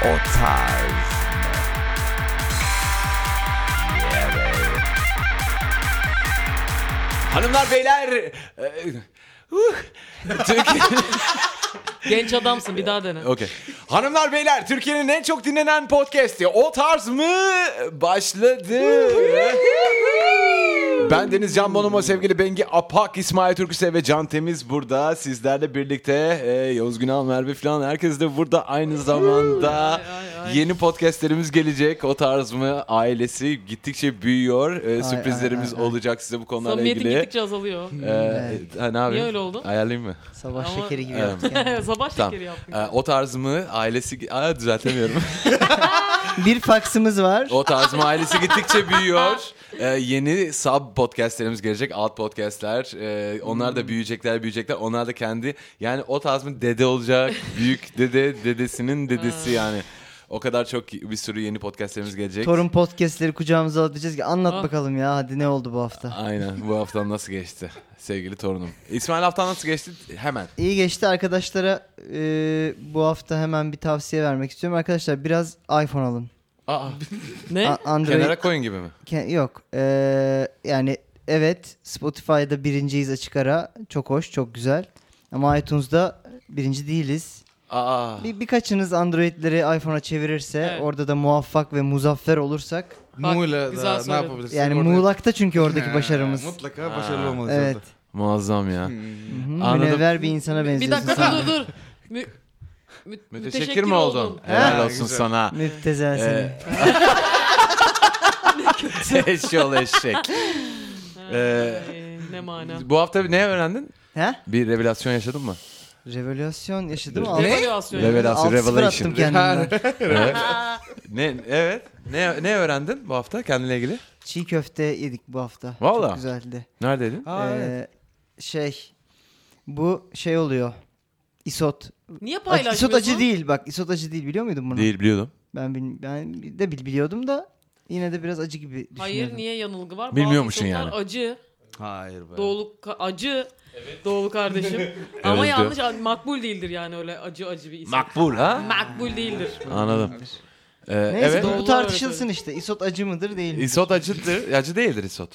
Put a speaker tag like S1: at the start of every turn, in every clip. S1: O tarz. Hanımlar beyler. e, uh, Türkiye...
S2: Genç adamsın bir daha dene.
S1: Okey. Hanımlar beyler Türkiye'nin en çok dinlenen podcast'i O Tarz mı başladı. ben Deniz Can Bonomo, sevgili Bengi Apak, İsmail Türküse ve Can Temiz burada. Sizlerle birlikte e, Yavuz Günal, Merve falan herkes de burada aynı zamanda. Yeni podcastlerimiz gelecek. O Tarz mı ailesi gittikçe büyüyor. E, sürprizlerimiz olacak size bu konularla
S2: Samimiyetin
S1: ilgili.
S2: gittikçe azalıyor.
S1: E, ha, ne yapayım?
S2: öyle oldu?
S1: Ayarlayayım mı?
S3: Sabah
S2: Ama-
S3: şekeri gibi
S1: Evet.
S3: yaptık yani.
S2: Sabah
S1: Tamam.
S2: şekeri yaptık.
S1: E, o tarz mı ailesi... Aa, düzeltemiyorum.
S3: Bir faksımız var.
S1: O tarz ailesi gittikçe büyüyor. Ee, yeni sub podcastlerimiz gelecek. Alt podcastler. Ee, onlar da büyüyecekler büyüyecekler. Onlar da kendi yani o tarz mı dede olacak. Büyük dede dedesinin dedesi yani. O kadar çok bir sürü yeni podcastlerimiz gelecek.
S3: Torun podcastleri kucağımıza alıp diyeceğiz ki anlat
S2: Ah.
S3: bakalım ya hadi ne oldu bu hafta.
S1: Aynen bu haftan nasıl geçti sevgili torunum. İsmail haftan nasıl geçti hemen.
S3: İyi geçti arkadaşlara e, bu hafta hemen bir tavsiye vermek istiyorum. Arkadaşlar biraz iPhone alın.
S1: Aa,
S2: Ne?
S3: A- Android
S1: kenara koyun gibi mi?
S3: Ke- yok E, yani evet Spotify'da birinciyiz açık ara çok hoş çok güzel ama iTunes'da birinci değiliz.
S1: Aa,
S3: Bir, birkaçınız Android'leri iPhone'a çevirirse
S2: Evet.
S3: orada da muvaffak ve muzaffer olursak
S2: Bak,
S4: Muğla
S2: güzel
S4: da ne
S2: söyledin.
S4: yapabilirsin?
S3: yani
S4: Orada-
S3: muğlakta çünkü oradaki
S4: Ha,
S3: başarımız.
S4: Mutlaka
S1: Ha,
S4: başarılı olmalıyız.
S3: Evet.
S4: orada.
S1: muazzam ya.
S3: Hı,
S1: Anladım.
S3: Hmm. Münevver bir insana
S2: bir
S3: benziyorsun.
S2: dakika
S3: sen.
S2: dur dur dur. Mü- mü-
S1: Müteşekkir mi oldun? Helal
S4: Ha,
S1: olsun
S4: güzel.
S1: sana.
S3: Müptezel
S1: Ee,
S3: seni.
S1: Eşyol eşek. Ee,
S2: Ee, ne mana?
S1: Bu hafta ne öğrendin?
S3: Ha?
S1: Bir revelasyon yaşadın mı?
S3: Revolüsyon yaşadım.
S1: Ne?
S3: Altı-
S2: Devalüasyon.
S1: Level up.
S3: altı sıfır
S1: Revelation.
S3: attım kendimden.
S1: Evet. ne evet. Ne ne öğrendin bu hafta kendine ilgili?
S3: Çiğ köfte yedik bu hafta.
S1: Valla.
S3: Çok güzeldi.
S1: Neredeydin?
S3: Ee, Şey, bu şey oluyor. Isot.
S2: Niye
S3: Acı,
S2: paylaşmıyorsun?
S3: isot acı değil bak. Isot acı değil biliyor muydun bunu?
S1: Değil biliyordum.
S3: Ben, bil- ben de bil- biliyordum da yine de biraz acı gibi düşünüyordum.
S2: Hayır niye yanılgı var?
S1: Bilmiyormuşsun
S2: Bazı insanlar
S1: yani.
S2: Acı.
S4: Hayır be.
S2: Doğulu ka- acı. Doğulu kardeşim. Ama
S1: Evet,
S2: yanlış makbul değildir yani öyle acı acı bir isim.
S1: Makbul ha?
S2: makbul değildir.
S1: Anladım. Ee,
S3: Neyse
S1: evet.
S3: bu, bu
S2: Doğru
S3: tartışılsın işte. Isot acı mıdır değil mi?
S1: Isot acıdır. Acı değildir isot.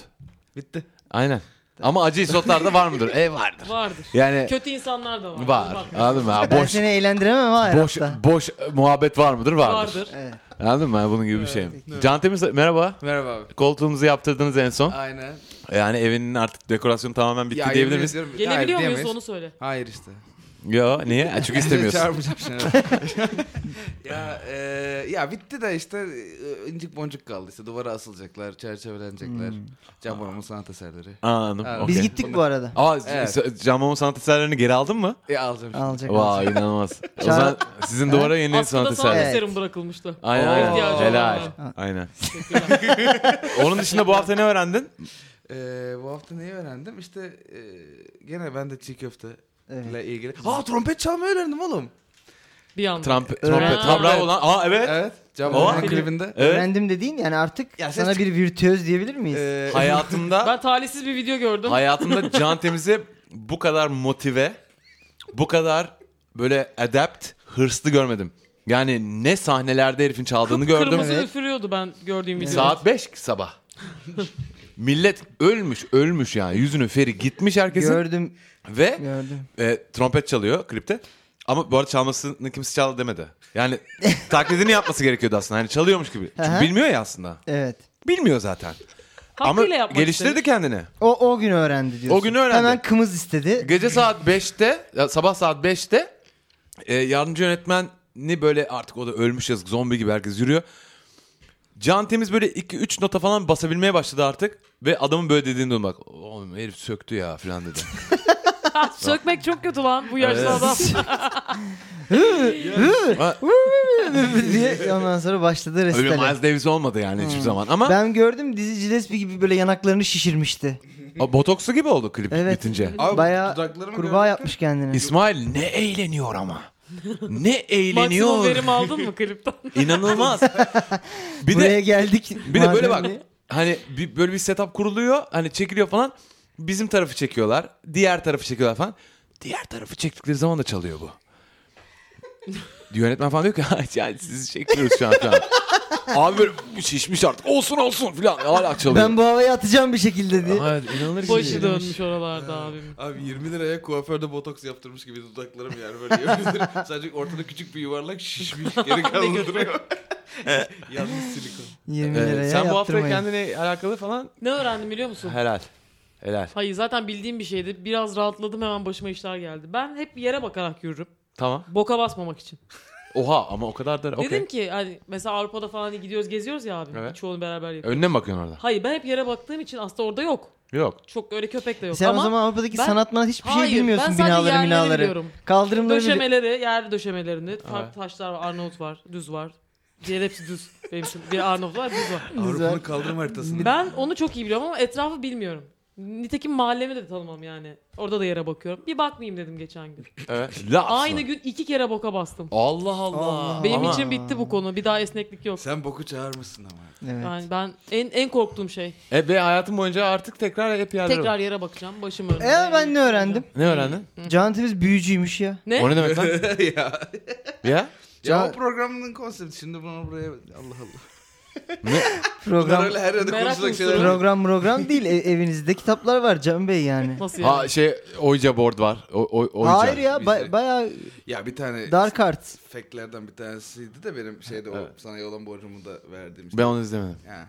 S4: Bitti.
S1: Aynen. Ama acı isotlarda var mıdır? E vardır.
S2: Vardır.
S1: Yani
S2: Kötü insanlar da var.
S1: var.
S2: Bak,
S1: Anladın mı? Ha,
S3: Ben
S1: Boş
S3: seni eğlendiremem ha her
S1: boş
S3: hafta.
S1: boş e, muhabbet var mıdır? Vardır.
S2: vardır.
S3: Evet.
S1: Anladın mı? Ha, Bunun gibi bir şey.
S4: Evet.
S1: Can Temiz merhaba.
S4: Merhaba abi.
S1: Koltuğumuzu yaptırdınız en son.
S4: Aynen.
S1: Yani evinin artık dekorasyonu tamamen bitti
S4: Ya,
S1: diyebilir
S4: yemin
S1: miyiz?
S4: ediyorum- Hayır,
S2: Gelebiliyor muyuz
S4: diyemeyiz.
S2: onu söyle.
S4: Hayır işte.
S1: Yo niye? Ha, Çünkü istemiyorsun.
S4: Çağırmayacağım seni. ya, e, ya bitti de işte e, incik boncuk kaldı işte duvara asılacaklar, çerçevelenecekler.
S3: Hmm.
S4: Can Bonomo'nun sanat eserleri.
S1: Anladım.
S4: Evet.
S3: Biz
S1: okey.
S3: gittik bu arada.
S1: Aa,
S4: Evet.
S1: evet. Camon sanat eserlerini geri aldın mı?
S4: E alacağım şimdi.
S3: Alacak. alacak.
S1: Vay inanılmaz. o zaman sizin duvara yeni sanat
S2: Askıda sana
S1: eserleri.
S3: Evet.
S2: eserim bırakılmıştı.
S1: Aynen aynen.
S2: İhtiyacı olan
S1: Helal.
S2: var.
S1: Aynen.
S2: Teşekkürler.
S1: Onun dışında bu hafta ne öğrendin?
S4: E, bu hafta neyi öğrendim? İşte e, gene ben de çiğ köfte
S3: Evet.
S4: ile ilgili. Ha trompet çalmayı öğrendim oğlum.
S2: Bir anda.
S1: Trump, trompet. Ha, bravo lan. Aa evet.
S4: Evet. Can
S1: Oha.
S4: Bonomo'nun klibinde.
S1: Evet.
S3: Öğrendim dediğin yani artık
S4: Ya ses
S3: sana
S4: çık-
S3: bir virtüöz diyebilir miyiz?
S1: Ee,
S4: E,
S1: Hayatımda
S2: Ben talihsiz bir video gördüm.
S1: hayatımda Can Temiz'i bu kadar motive, bu kadar böyle adapt, hırslı görmedim. Yani ne sahnelerde herifin çaldığını gördüm.
S2: Kırmızı
S3: Evet.
S2: üfürüyordu ben gördüğüm videoda.
S1: Saat 5 sabah. Millet ölmüş, ölmüş yani. Yüzünü feri gitmiş herkesin.
S3: Gördüm,
S1: Ve
S3: gördüm.
S1: E, trompet çalıyor klipte. Ama bu arada çalmasını kimse çaldı demedi. Yani taklidini yapması gerekiyordu aslında. Hani çalıyormuş gibi. Çünkü
S3: Aha.
S1: bilmiyor ya aslında.
S3: Evet.
S1: Bilmiyor zaten.
S2: Hakkıyla
S1: Ama
S2: yapmak
S1: geliştirdi
S2: istedim.
S1: kendini.
S3: O o gün öğrendi diyorsun.
S1: O gün öğrendi.
S3: Hemen kımız istedi.
S1: Gece saat 5'te, ya sabah saat 5'te e, yardımcı yönetmeni böyle artık o da ölmüş yazık zombi gibi herkes yürüyor. Can Temiz böyle 2-3 nota falan basabilmeye başladı artık. Ve adamın böyle dediğini duydum bak. Oğlum herif söktü ya falan dedi.
S2: Ha, Ah, Sökmek çok kötü lan bu yaşlı
S1: Evet.
S2: adam.
S1: Ha,
S3: diye ondan sonra başladı
S1: Öyle
S3: restele.
S1: Miles Davis olmadı yani hiçbir zaman. Ama
S3: Ben gördüm dizi Gillespie gibi böyle yanaklarını şişirmişti.
S1: A, Botokslu gibi oldu klip
S3: Evet.
S1: bitince.
S4: Abi,
S3: Bayağı
S4: dudaklarımı
S3: kurbağa
S4: gördün mü?
S3: yapmış kendini.
S1: İsmail ne eğleniyor ama. Ne
S2: Maksimum
S1: eğleniyor.
S2: verim aldın mı klipten?
S1: İnanılmaz. Bir
S3: Buraya
S1: de
S3: geldik.
S1: bir de böyle bak.
S3: malzemeli.
S1: Hani bir, böyle bir setup kuruluyor. Hani çekiliyor falan. Bizim tarafı çekiyorlar. Diğer tarafı çekiyorlar falan. Diğer tarafı çektikleri zaman da çalıyor bu. Yönetmen falan diyor ki "Ay, yani sizi çekmiyoruz şu an falan. Abi böyle şişmiş artık olsun olsun falan hala çalıyor.
S3: Ben bu havaya atacağım bir şekilde diye.
S1: Hayır inanılır gibi değil.
S2: Başı dönmüş oralarda abim.
S4: Abi 20 liraya kuaförde botoks yaptırmış gibi dudaklarım yani böyle yemin Sadece ortada küçük bir yuvarlak şişmiş geri kalın duruyor. Yalnız silikon.
S3: 20
S1: Ee,
S3: liraya
S1: sen bu hafta
S3: yaptırmayın.
S1: kendine alakalı falan
S2: Ne öğrendim biliyor musun?
S1: helal. Helal.
S2: Hayır zaten bildiğim bir şeydi. Biraz rahatladım hemen başıma işler geldi. Ben hep yere bakarak yürürüm.
S1: Tamam.
S2: Boka basmamak için.
S1: Oha ama o kadar da okey.
S2: Dedim ki hani mesela Avrupa'da falan hani gidiyoruz geziyoruz ya abim.
S1: Evet.
S2: Çoğunu beraber yapıyoruz.
S1: Önüne mi bakıyorsun orada?
S2: Hayır ben hep yere baktığım için aslında orada yok.
S1: Yok.
S2: Çok öyle köpek de yok.
S3: Sen
S2: Ama
S3: o zaman Avrupa'daki
S2: ben-
S3: sanat manat hiçbir şey
S2: Hayır, ben
S3: bilmiyorsun.
S2: sadece
S3: Binaları
S2: yerleri
S3: binaları.
S2: biliyorum.
S3: Kaldırımları bili-
S2: döşemeleri, yer döşemelerini.
S1: Evet.
S2: Farklı taşlar var. Arnavut var, düz var. Diğer hepsi düz. Benim için bir Arnavut var, düz var.
S4: Avrupa'nın kaldırım haritasında.
S2: Ben onu çok iyi biliyorum ama etrafı bilmiyorum. Nitekim mahallemi de tanımam yani. Orada da yere bakıyorum. Bir bakmayayım dedim geçen gün.
S1: Evet. Laps mı?
S2: Aynı gün iki kere boka bastım.
S1: Allah Allah.
S3: Allah.
S2: Benim
S1: Ama-
S2: için bitti bu konu. Bir daha esneklik yok.
S4: Sen boku çağırmışsın ama.
S3: Evet.
S2: Yani ben en en korktuğum şey.
S1: E, ve hayatım boyunca artık tekrar hep yerlere
S2: Tekrar yere bakacağım. Başım önümde.
S3: E ben ne öğrendim?
S1: Ne öğrendin?
S3: Can Temiz büyücüymüş ya.
S2: Ne?
S1: O ne demek lan?
S4: ya.
S1: ya?
S4: ya
S3: Can-
S4: o programın konsepti şimdi bunu buraya Allah Allah. Bunlar
S3: Program
S4: öyle her yerde
S2: Merak
S4: konuşulacak
S2: unsuru.
S4: şeyler.
S3: program program değil. E- evinizde kitaplar var Can Bey yani.
S2: Nasıl yani?
S1: Ha şey Oyca board var. O, oy, oyca.
S3: Hayır ya
S4: biz
S3: ba-
S4: de-
S3: bayağı
S4: Ya bir tane
S3: dark art.
S4: fake'lerden bir tanesiydi de benim şeyde o sana yolan borcumu da verdiğim şey.
S1: Ben onu izlemedim.
S4: Ha.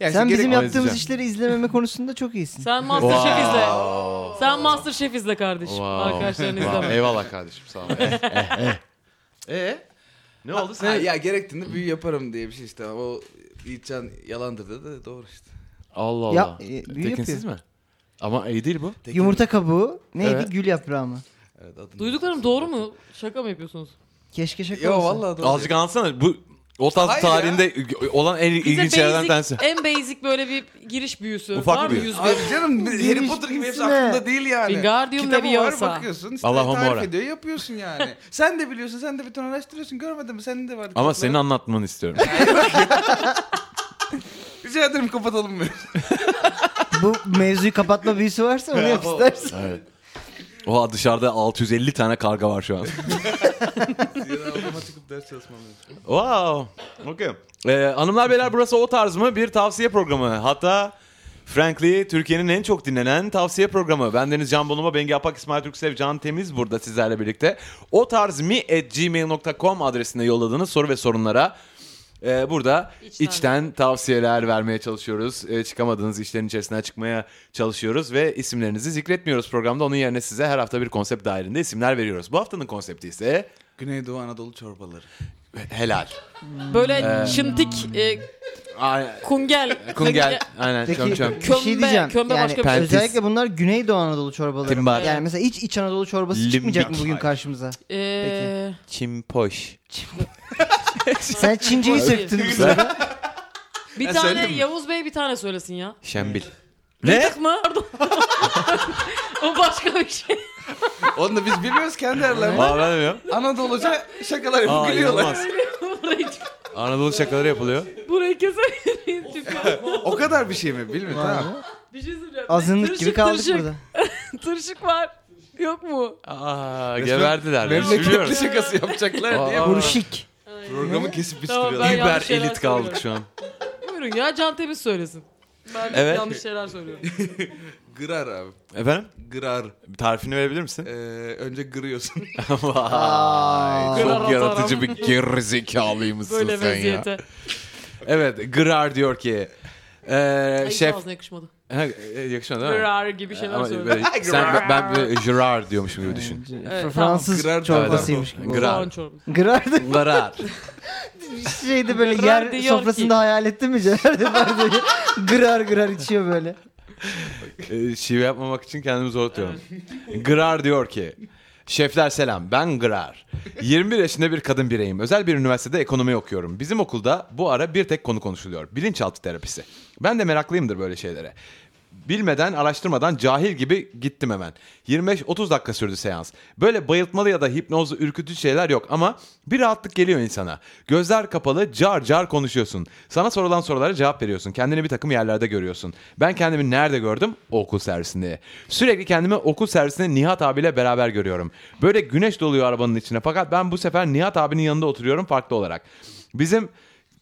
S4: Ya
S3: Sen
S4: işte
S3: bizim
S4: gerek-
S3: yaptığımız
S1: Analizeceğim.
S3: işleri izlememe konusunda çok iyisin.
S2: Sen Masterchef izle.
S1: Wow.
S2: Sen Masterchef izle kardeşim.
S1: Wow.
S2: Arkadaşlarını
S1: Wow.
S2: izleme.
S1: Eyvallah kardeşim sağ ol.
S4: Ee?
S1: ne oldu
S4: Ha, ya gerektiğinde büyü yaparım diye bir şey işte. O Yiğitcan yalandır dedi. Doğru işte.
S1: Allah Allah.
S3: Ya, e, büyü
S1: Tekinsiz mi? Ama iyi değil bu.
S4: Tekin-
S3: Yumurta kabuğu neydi?
S1: Evet.
S3: Gül yaprağı mı?
S4: Evet, adını-
S2: Duyduklarım doğru mu? Şaka mı yapıyorsunuz?
S3: Keşke şaka
S4: Yo
S3: olsa.
S4: vallahi doğru.
S1: Azıcık anlatsana. Bu o tarz
S4: Hayır
S1: tarihinde olan en
S2: Bize
S1: ilginç şeylerden bir tanesi.
S2: basic, en basic böyle bir giriş büyüsü.
S1: Ufak
S2: var
S1: bir
S2: mı?
S1: büyü.
S2: Yüz bir.
S4: Abi canım Harry Potter gibi hepsi
S3: Girişmişsine.
S4: aklında değil yani.
S2: Wingardium
S4: Kitabı var
S2: Leviosa.
S4: bakıyorsun. Işte
S1: Allah'ım
S4: tarif
S1: ora.
S4: ediyor yapıyorsun yani. sen de biliyorsun sen de bir ton araştırıyorsun görmedin mi? Senin de var.
S1: Ama
S4: kitaplar.
S1: senin anlatmanı istiyorum.
S4: Rica ederim kapatalım mı?
S3: Bu mevzuyu kapatma büyüsü varsa onu yap istersen.
S1: evet. Oha dışarıda 650 tane karga var şu an.
S4: Odama çıkıp ders çalışmam lazım.
S1: Wow. Okay. Ee, hanımlar beyler burası o tarz mı? Bir tavsiye programı. Hatta Frankly Türkiye'nin en çok dinlenen tavsiye programı. Ben Deniz Can Bonomo, Bengi Apak, İsmail Türksev, Can Temiz burada sizlerle birlikte. O tarz mi at gmail.com adresine yolladığınız soru ve sorunlara ee, burada içten.
S2: İçten.
S1: tavsiyeler vermeye çalışıyoruz. Ee, çıkamadığınız işlerin içerisinden çıkmaya çalışıyoruz ve isimlerinizi zikretmiyoruz programda. Onun yerine size her hafta bir konsept dairinde isimler veriyoruz. Bu haftanın konsepti ise E
S4: Güneydoğu Anadolu çorbaları.
S1: helal. Ee,
S2: Böyle şımtik, e,
S1: Aynen.
S2: kungel.
S1: Kungel. Aynen
S3: Peki
S1: çöm çöm.
S3: bir şey
S2: Kömbe,
S3: diyeceğim.
S2: kömbe
S3: yani,
S2: başka bir
S1: şey.
S3: Özellikle bunlar Güneydoğu Anadolu çorbaları.
S1: Timbar.
S3: Yani mesela iç İç Anadolu çorbası çıkmayacak mı
S1: Limbik.
S3: bugün karşımıza?
S2: E,
S1: Çimpoş.
S3: Sen Çince'yi
S2: Hayır.
S3: söktün bu sırada.
S2: bir
S4: Ben
S2: tane
S4: söyleyeyim mi?
S2: Yavuz Bey bir tane söylesin ya.
S1: Şembil.
S2: Ne? mı? Pardon. o başka bir şey.
S4: Onu da biz biliyoruz kendi aralarında.
S1: Aa ben de bilmiyorum.
S4: Anadolu'ca şakalar yapıp
S1: Aa
S4: gülüyorlar.
S1: inanılmaz.
S2: burayı,
S1: Anadolu şakaları yapılıyor.
S2: burayı keser miyiz? Çünkü-
S4: O kadar bir şey mi bilmiyorum.
S3: Vay be.
S4: Tamam.
S2: bir şey söyleyeceğim.
S3: Azınlık
S2: Tırışık,
S3: gibi kaldık
S2: tırışık.
S3: burada.
S2: Tırışık var. Yok mu?
S1: Aa geverdiler.
S4: Memleketli
S1: Üzülüyorum.
S4: şakası yapacaklar diye
S1: Aa.
S3: Buruşik.
S4: programı kesip
S2: Tamam,
S4: bistiriyorlar.
S2: ben-
S1: Hiper
S2: yanlış şeyler
S1: elit kaldık şu an.
S2: Buyurun ya Can Temiz söylesin. Ben
S1: Evet.
S2: yanlış şeyler söylüyorum.
S4: Gırar abi.
S1: Efendim?
S4: Gırar.
S1: Tarifini verebilir misin?
S4: Ee, önce gırıyorsun.
S3: Aa.
S1: Çok yaratıcı bir gerizekalıymışsın
S2: Böyle
S1: sen ya.
S2: vaziyete.
S1: Evet Grar diyor ki. eee,
S2: Ay,
S1: şef.
S2: Şef. Ağzına yakışmadı.
S1: Ha, e, Yakışmadı değil mi?
S2: Grar gibi şeyler
S1: Ama
S2: söylüyor.
S1: böyle- sen ben, ben böyle Gerard diyormuşum gibi düşün.
S2: Evet,
S3: Fransız
S4: tamam. Grar-
S3: çorbasıymış gibi.
S1: Grar.
S2: Soğan çorbası.
S3: Grar da
S1: Grar.
S3: şeyde böyle
S2: Grar
S3: yer
S2: diyor ki-
S3: sofrasında hayal ettin mi Cener de böyle grar grar içiyor böyle.
S1: Ee, şive yapmamak için kendimi zor tutuyorum. Grar diyor ki, Şefler selam ben Grar. 21 yaşında bir kadın bireyim. Özel bir üniversitede ekonomi okuyorum. Bizim okulda bu ara bir tek konu konuşuluyor. Bilinçaltı terapisi. Ben de meraklıyımdır böyle şeylere. Bilmeden, araştırmadan, cahil gibi gittim hemen. 25-30 dakika sürdü seans. Böyle bayıltmalı ya da hipnozlu ürkütücü şeyler yok ama bir rahatlık geliyor insana. Gözler kapalı, car car konuşuyorsun. Sana sorulan sorulara cevap veriyorsun. Kendini bir takım yerlerde görüyorsun. Ben kendimi nerede gördüm? Okul servisinde. Sürekli kendimi okul servisinde Nihat abiyle beraber görüyorum. Böyle güneş doluyor arabanın içine. Fakat ben bu sefer Nihat abinin yanında oturuyorum farklı olarak. Bizim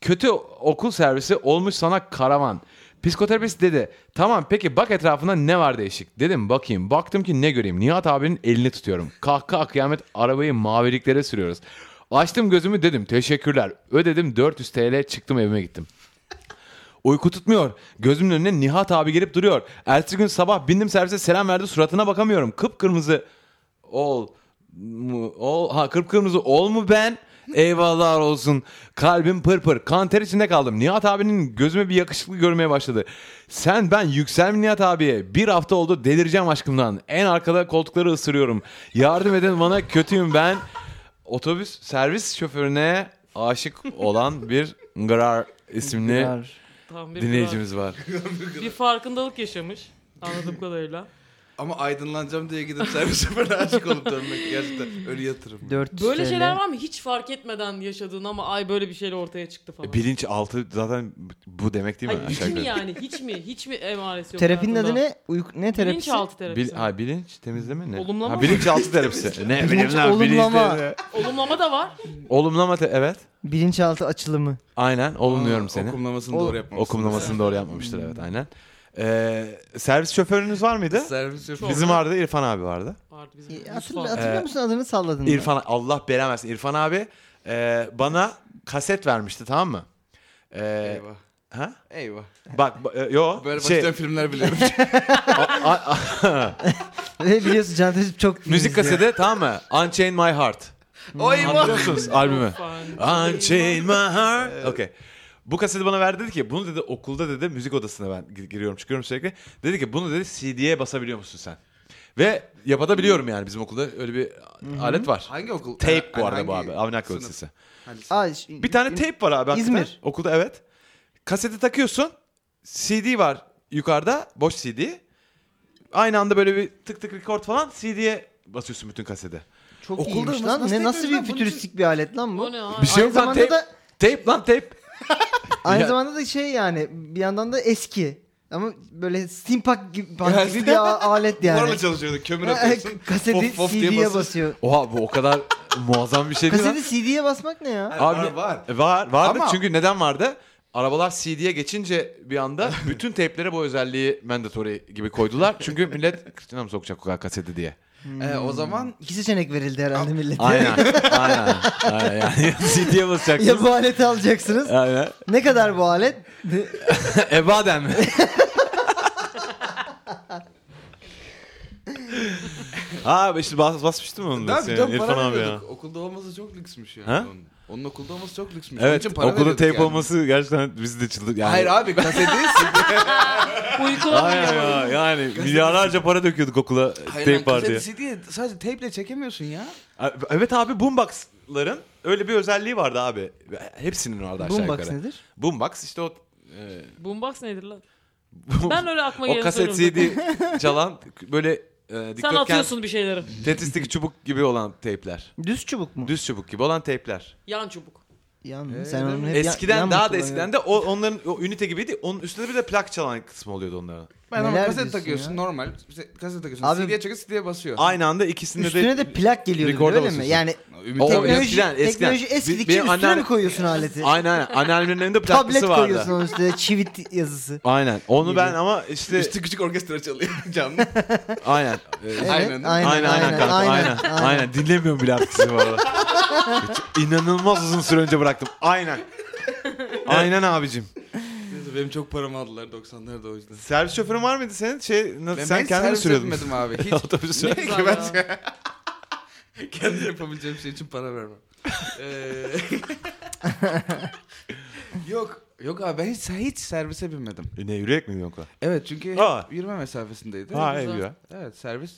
S1: kötü okul servisi olmuş sana karavan. Psikoterapist dedi tamam peki bak etrafında ne var değişik. Dedim bakayım baktım ki ne göreyim. Nihat abinin elini tutuyorum. Kahkaha kıyamet arabayı maviliklere sürüyoruz. Açtım gözümü dedim teşekkürler. Ödedim 400 TL çıktım evime gittim. Uyku tutmuyor. Gözümün önüne Nihat abi gelip duruyor. Ertesi gün sabah bindim servise selam verdi suratına bakamıyorum. Kıpkırmızı ol mu ol ha kıpkırmızı ol mu ben? Eyvallah olsun. Kalbim pır pır. Kan ter içinde kaldım. Nihat abinin gözüme bir yakışıklı görmeye başladı. Sen ben yükselme Nihat abiye. Bir hafta oldu delireceğim aşkımdan. En arkada koltukları ısırıyorum. Yardım edin bana kötüyüm ben. Otobüs servis şoförüne aşık olan bir Grar isimli
S3: Var.
S2: Tamam, bir
S1: dinleyicimiz var.
S2: fark- Bir farkındalık yaşamış. Anladığım kadarıyla.
S4: Ama aydınlanacağım diye gidip servis şoförüne aşık olup dönmek gerçekten ölü yatırım.
S3: 400
S2: Böyle
S3: TL.
S2: şeyler var mı? Hiç fark etmeden yaşadığın ama ay böyle bir şeyle ortaya çıktı falan.
S1: Bilinç altı zaten bu demek değil mi?
S2: Ay, hiç
S1: aşağı
S2: mi
S1: yukarı?
S2: yani? Hiç mi? Hiç mi emaresi yok?
S3: Terapinin adı
S2: hayatında?
S3: ne? Uyku, ne terapisi?
S2: Bilinçaltı
S1: Bil,
S2: terapisi.
S1: ha, bilinç temizleme ne?
S2: Olumlama
S1: ha,
S2: mı?
S1: bilinçaltı terapisi. ne
S3: Bilinç
S1: bileyim lan, bilinç
S3: olumlama.
S1: terapisi.
S2: Olumlama da var.
S1: Olumlama te- evet.
S3: Bilinçaltı açılımı.
S1: Aynen olumluyorum
S4: Aa,
S1: seni.
S4: Okumlamasını
S3: Ol-
S4: doğru yapmamışsın.
S1: Okumlamasını doğru yapmamıştır evet aynen. Ee, servis şoförünüz var mıydı?
S4: Servis şoförü.
S1: Bizim vardı İrfan abi vardı.
S2: Vardı bizim.
S3: E,
S2: Yusuf
S3: Hatırlıyor,
S2: abi.
S1: Ee,
S3: hatırlıyor musun adını salladın? mı?
S1: İrfan Allah belemezsin. İrfan abi e, bana kaset vermişti tamam mı? E,
S4: Eyvah.
S1: ha?
S4: Eyvah.
S1: Bak ba- e, yo
S4: Böyle
S1: şey,
S4: başlayan filmler biliyorum.
S1: a- a- a-
S3: Ve biliyorsun Can Tezip çok film
S1: müzik
S3: izliyor.
S1: kaseti tamam mı? Unchain My Heart.
S4: Oy
S1: Anlıyor musunuz albümü?
S2: Of, ay.
S1: Unchain my heart. Okay. Bu kaseti bana verdi dedi ki bunu dedi okulda dedi müzik odasına ben gi- giriyorum çıkıyorum sürekli. Dedi ki bunu dedi CD'ye basabiliyor musun sen? Ve yapabiliyorum yani bizim okulda öyle bir alet var.
S4: Hangi okul?
S1: Tape bu
S4: Yani
S1: arada bu
S4: hangi
S1: abi. Avnak
S4: sınıf?
S1: Lisesi.
S3: Aa, ş-
S1: Bir tane tape var abi. hakikaten.
S3: İzmir.
S1: Okulda evet. Kaseti takıyorsun. CD var yukarıda. Boş CD. Aynı anda böyle bir tık tık record falan CD'ye basıyorsun bütün kaseti.
S3: Çok
S4: Okulda
S3: iyiymiş
S4: nasıl-
S3: lan.
S4: nasıl
S3: ne nasıl bir
S4: yapıyoruz lan? Bunu
S3: fütüristik bir alet lan bu.
S2: O ne lan?
S1: Bir şey
S3: Aynı
S1: yok lan
S3: zamanda
S1: tape.
S3: da
S1: Tape lan tape.
S3: aynı
S1: Ya-
S3: zamanda da şey yani bir yandan da eski. Ama böyle steampunk gibi, punk
S4: Yani-
S3: gibi bir a- alet yani.
S4: Orada çalışıyordu. Kömür
S3: Ha,
S4: atıyorsun.
S3: Kaseti
S4: Fof fof diye
S3: CD'ye
S4: basıyorsun.
S3: basıyor.
S1: Oha bu o kadar muazzam bir şey değil lan.
S3: Kaseti CD'ye basmak ne ya?
S1: Abi-
S4: Var var.
S1: Var vardı
S4: Ama-
S1: çünkü neden vardı? Arabalar CD'ye geçince bir anda bütün teyplere bu özelliği mandatory gibi koydular. Çünkü millet kıçına mı sokacak o kadar kaseti diye.
S4: Ee, o zaman
S3: İki seçenek verildi herhalde millete.
S1: Aynen. aynen. aynen. Yani CD'ye
S3: Ya
S1: basacaksınız.
S3: bu aleti alacaksınız.
S1: Aynen.
S3: Ne kadar bu alet?
S1: Ebaden mi? Ha işte bas, basmıştım onu da.
S4: Daha
S1: sen,
S4: bir de
S1: İrfan
S4: para
S1: abi ya.
S4: veriyorduk. Okulda olması çok lüksmüş yani.
S1: Ha?
S4: Onun. onun okulda olması çok lüksmüş. Onun
S1: Evet
S4: için para
S1: okulun
S4: veriyorduk
S1: tape
S4: yani.
S1: olması gerçekten bizi de çıldır. Yani,
S4: Hayır abi kaseti
S1: şey-
S2: Uykulamıyor.
S1: Aynen ya yani milyarlarca para döküyorduk okula
S4: Hayır
S1: tape var diye.
S4: kaseti CD'ye sadece tape'le çekemiyorsun ya.
S1: A- Evet abi boombox'ların öyle bir özelliği vardı abi. Hepsinin vardı aşağı
S3: Boombox
S1: yukarı.
S3: nedir?
S1: Boombox işte o e,
S2: Boombox nedir lan? Ben öyle aklıma
S1: o
S2: geleni
S1: kaset
S2: söylüyorum.
S1: CD çalan böyle e,
S2: Sen
S1: dikdörtgen
S2: atıyorsun bir şeyleri.
S1: tetristik çubuk gibi olan teypler.
S3: Düz çubuk mu?
S1: Düz çubuk gibi olan teypler.
S2: Yan çubuk.
S3: Yan,
S4: Ee,
S3: sen onu hep yan-
S1: Eskiden
S3: yan mı
S1: daha da
S3: kullanıyorsun?
S1: eskiden de o onların o ünite gibiydi. Onun üstünde bir de plak çalan kısmı oluyordu onların.
S4: Ben ama
S3: Neler
S4: kaset
S3: diyorsun
S4: takıyorsun
S3: ya?
S4: normal. Kaset takıyorsun.
S3: Abi-
S4: CD'ye çekiyorsun CD'ye basıyorsun.
S1: Aynı anda ikisinde
S3: Üstüne
S1: de
S3: de plak geliyordu
S1: Rekorda
S3: öyle mi?
S1: basıyorsun.
S3: Yani
S4: Ümit
S1: O-
S4: abi-
S3: teknoloji,
S1: eskiden, eskiden.
S3: teknoloji
S1: Bi-
S3: eskidikçe
S1: benim
S3: üstüne
S1: anneanne-
S3: mi koyuyorsun aleti?
S1: Aynen aynen. Anneannemin elinde plaklısı
S3: Tablet
S1: vardı.
S3: koyuyorsun onun üstüne çivit yazısı.
S1: Aynen. Onu
S3: Gibi.
S1: ben ama işte
S4: Üstü küçük orkestra çalıyor canlı.
S1: aynen. Ee,
S3: Evet,
S4: Aynen, değil mi?
S1: Aynen aynen kanka aynen. Aynen, dinlemiyorum bile artık sizi bu arada. Hiç İnanılmaz uzun süre önce bıraktım. Aynen. Aynen abicim.
S4: Neyse, Benim çok paramı aldılar 90'larda o yüzden.
S1: Servis şoförün var mıydı senin? Şey nasıl-
S4: Ben
S1: sen
S4: hiç
S1: kendin mi
S4: servis
S1: sürüyordun?
S4: etmedim abi. Hiç.
S1: Otobüs
S4: Ne
S1: sürüyordun.
S4: ki ben kendi yapabileceğim şey için para vermem. Ee, yok yok abi ben hiç, hiç servise binmedim.
S1: E, Ne yürek mi yoksa?
S4: Evet çünkü hep
S1: Aa.
S4: yürüme mesafesindeydi.
S1: Ha
S2: güzel.
S1: ev ya.
S4: Evet servis.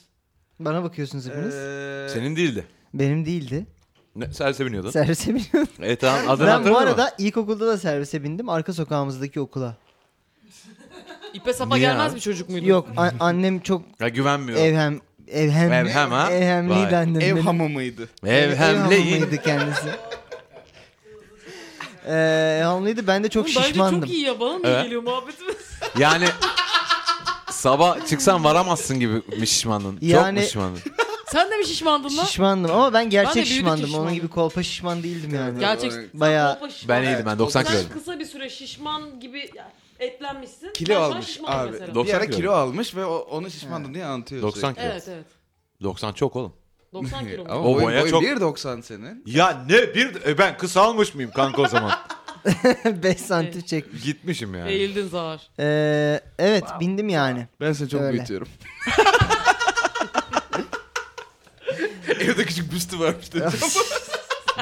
S3: Bana bakıyorsunuz hepiniz.
S4: Ee,
S1: Senin değildi.
S3: Benim değildi.
S1: Ne, servise biniyordun.
S3: Servise biniyordum.
S1: e tamam adını
S3: Ben bu
S1: hatırladın mı?
S3: arada ilkokulda da servise bindim. Arka sokağımızdaki okula.
S2: İpe sapa
S1: Niye
S2: gelmez
S1: abi?
S2: bir çocuk muydu?
S3: Yok a- annem çok
S1: Ya güvenmiyorum.
S3: evhem evhem
S1: Evhem ha? Vay.
S3: evhemliydi annem.
S4: Ev
S3: benim.
S4: hamamıydı.
S3: Ev
S1: Evhemleyin.
S3: hamamıydı kendisi. Eee hamamıydı ben de çok
S2: Oğlum
S3: şişmandım.
S2: Bence çok iyi ya. Bana niye
S1: Evet.
S2: geliyor muhabbetimiz?
S1: Yani sabah çıksan varamazsın gibi mi şişmandın? Çok mu
S3: Yani-
S1: şişmandın?
S2: Sen de mi şişmandın lan?
S3: Şişmandım ama ben gerçek
S2: büyüdükçe
S3: şişmandım. Onun
S2: şişmandım.
S3: gibi kolpa şişman değildim yani.
S2: Gerçek.
S3: Bayağı-
S2: Sen kolpa şişman.
S1: Ben iyiydim ben 90
S2: Sen
S1: kiloydum.
S2: kısa bir süre şişman gibi ya, etlenmişsin.
S4: Kilo
S2: Ben şu an
S4: almış
S2: şişmanım
S4: abi.
S2: mesela.
S1: Dok-
S4: Bir
S1: 90
S4: ara
S1: kilo.
S4: kilo almış ve o- onu şişmandım diye anlatıyor.
S1: 90 kilo.
S2: Evet evet.
S1: 90 çok oğlum.
S2: 90 kilo.
S4: Hani Ama
S1: O
S4: boyun,
S1: boya
S4: boyun
S1: çok-
S4: 1.90 senin.
S1: Ya ne bir e, ben kısa almış mıyım kanka o zaman?
S3: 5 santim çek.
S1: Gitmişim yani.
S2: Eğildin zar.
S3: Eee, evet bindim yani.
S4: Ben seni çok
S3: Öyle.
S4: büyütüyorum. Evde küçük büstü varmış dedi.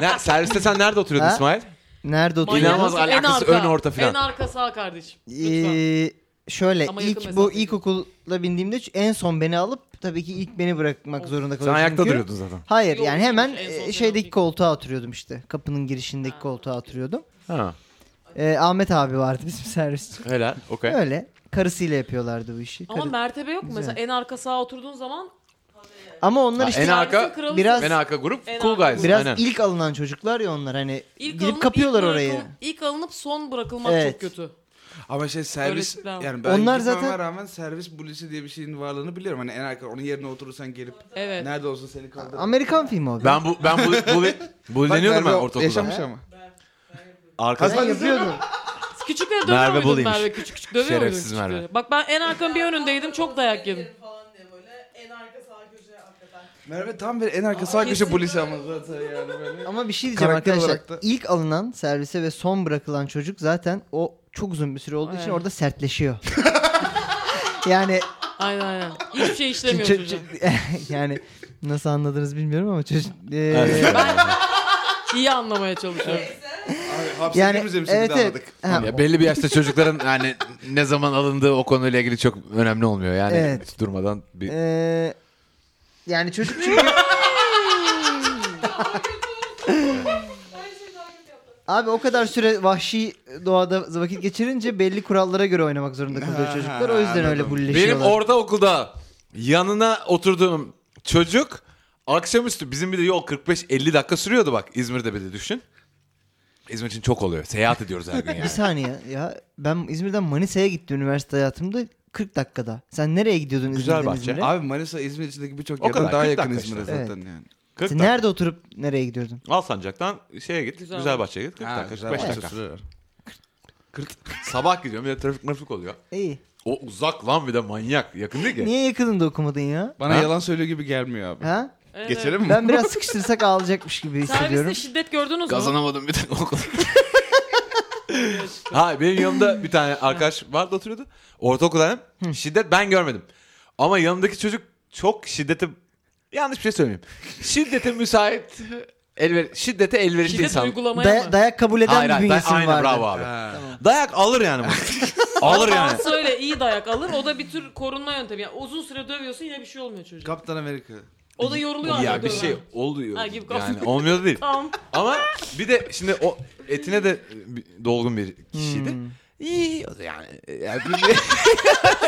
S1: Ne, serviste sen nerede oturuyordun
S3: Ha?
S1: İsmail?
S3: Nerede
S1: Manyak.
S3: oturuyorum?
S1: İnanılmaz
S2: En
S1: alakası,
S2: arka,
S1: ön orta filan.
S2: En arka sağ kardeşim. Lütfen.
S3: Ee, şöyle
S2: Ama yakın
S3: ilk bu
S2: mesafede.
S3: ilkokula bindiğimde ç- en son beni alıp tabii ki ilk beni bırakmak zorunda
S1: Sen
S3: kalıyordum.
S1: ayakta
S3: çünkü.
S1: duruyordun zaten.
S3: Hayır
S2: Yok,
S3: yani hemen
S2: en son
S3: e,
S2: seni
S3: şeydeki
S2: alayım.
S3: koltuğa oturuyordum işte. Kapının girişindeki
S2: Ha.
S3: koltuğa oturuyordum.
S1: Ha.
S3: Ee, Ahmet abi vardı bizim servisçi.
S1: Helal. Okey.
S3: Öyle. Karısıyla yapıyorlardı bu işi.
S2: Ama
S3: Karı-
S2: mertebe yok mu?
S3: Güzel.
S2: mesela en arka sağa oturduğun zaman
S3: Ama onlar
S1: Ha,
S3: işte
S1: en arka-
S2: servisin kralısın.
S3: biraz-
S1: Ben arka grup
S2: En
S1: cool
S2: arka
S1: guys.
S3: biraz
S1: Aynen.
S3: ilk alınan çocuklar ya onlar hani
S2: İlk
S3: girip
S2: alınıp,
S3: kapıyorlar
S2: ilk
S3: orayı.
S2: bırakıl- İlk alınıp son bırakılmak çok
S3: Evet.
S2: kötü.
S4: Ama şey servis
S2: Öyle tipler var.
S4: yani ben
S3: Onlar
S4: Onlar
S3: zaten-
S4: rağmen servis polisi diye bir şeyin varlığını biliyorum. Hani en arka onun yerine oturursan gelip
S2: Evet.
S4: nerede olsa seni kaldırır.
S3: Amerikan filmi o.
S1: Ben bu ben bu bu bu
S4: Bak
S1: deniyordum ben
S4: Merve
S1: ortaokulda.
S4: Yaşamış ama.
S1: Arka
S3: ben yapıyordum.
S2: Küçükken dövüyor
S1: Merve
S2: Merve muydun
S1: Buluymuş.
S2: Merve? Küçük küçük dövüyor muydun
S1: Şerefsiz
S2: küçükleri?
S1: Merve.
S2: Bak ben en arkanın bir önündeydim çok dayak yedim.
S5: falan diye böyle en arka sağ köşeye hakikaten.
S4: Merve tam bir en arka sağ köşe
S2: kesin.
S4: polisi ama zaten yani böyle.
S3: Ama bir şey diyeceğim
S4: Karakter olarak
S3: arkadaşlar.
S4: da-
S3: İlk alınan servise ve son bırakılan çocuk zaten o çok uzun bir süre olduğu için
S2: Evet.
S3: orada sertleşiyor. yani
S2: Aynen aynen. Hiçbir şey işlemiyor
S3: çö-
S2: çocuğa.
S3: çö- yani nasıl anladınız bilmiyorum ama çocuk Ee,
S2: İyi anlamaya çalışıyorum.
S4: Abi hapse
S3: yani
S4: girmeyeceğim
S3: evet
S4: şekilde anladık.
S3: evet. Ha,
S1: Ya belli bir yaşta çocukların yani ne zaman alındığı o konuyla ilgili çok önemli olmuyor. Yani
S3: Evet.
S1: hiç durmadan bir
S3: ee, yani çocuk çünkü
S5: Her şey daha kötü yaptı.
S3: abi o kadar süre vahşi doğada vakit geçirince belli kurallara göre oynamak zorunda kalıyor
S4: Ha,
S3: çocuklar. O yüzden öyle
S4: anladım.
S1: Benim
S3: bulleşiyorlar.
S1: ortaokulda yanına oturduğum çocuk akşamüstü bizim bir de yol 45-50 dakika sürüyordu bak İzmir'de bir de düşün. İzmir için çok oluyor. Seyahat ediyoruz her gün
S3: Bir
S1: yani.
S3: saniye ya ben İzmir'den Manisa'ya gittim üniversite hayatımda 40 dakikada. Sen nereye gidiyordun
S1: Güzel
S3: İzmir'den
S1: bahçe.
S3: İzmir'e?
S4: Abi Manisa İzmir içindeki birçok
S1: O
S4: yerden
S1: kadar,
S4: daha
S1: 40
S4: yakın
S1: dakika
S4: İzmir'e
S1: işte.
S4: zaten yani.
S1: 40
S3: Sen
S1: dakika.
S3: nerede oturup nereye gidiyordun?
S1: Alsancak'tan şeye git.
S2: Güzel
S1: Güzel,
S2: bak.
S1: bahçeye git. 40
S4: Ha,
S1: dakika.
S4: güzel
S1: 45
S4: bak.
S1: dakika. Sabah gidiyorum bir de trafik mırfik oluyor.
S3: İyi.
S1: O uzak lan bir de manyak. Yakın değil ki.
S3: Niye yakınında okumadın ya?
S4: Bana
S1: Ha?
S4: yalan söylüyor gibi gelmiyor abi.
S3: Ha?
S2: Evet,
S4: Geçelim mi?
S3: Ben biraz sıkıştırsak ağlayacakmış gibi
S2: evet. Serviste
S3: hissediyorum.
S2: şiddet gördünüz mü?
S1: Kazanamadım bir tane okul. ha benim yanımda bir tane arkadaş vardı oturuyordu. Ortaokulda hem şiddet ben görmedim. Ama yanımdaki çocuk çok şiddete yanlış bir şey söyleyeyim. Şiddete müsait elver şiddete elverişli
S2: Şiddet
S1: insan.
S2: uygulamaya
S3: Daya-
S2: mı?
S3: dayak kabul eden
S1: Hayır,
S3: bir
S1: hayır,
S3: bünyesi
S1: da-
S3: mi
S1: aynen
S3: vardı?
S1: bravo abi.
S4: Ha.
S1: Dayak alır yani. bu. alır yani.
S2: Söyle iyi dayak alır. O da bir tür korunma yöntemi. Yani uzun süre dövüyorsun yine bir şey olmuyor çocuğa.
S4: Kaptan Amerika.
S2: O da yoruluyor.
S1: Ya
S2: artık
S1: bir
S2: dövmeye.
S1: şey oluyor.
S2: Ha, gibi
S1: Yani
S2: kalsın.
S1: olmuyor değil.
S2: Tamam.
S1: Ama bir de şimdi o etine de bir- dolgun bir kişiydi.
S3: Hmm.
S1: İyi yani. yani bir-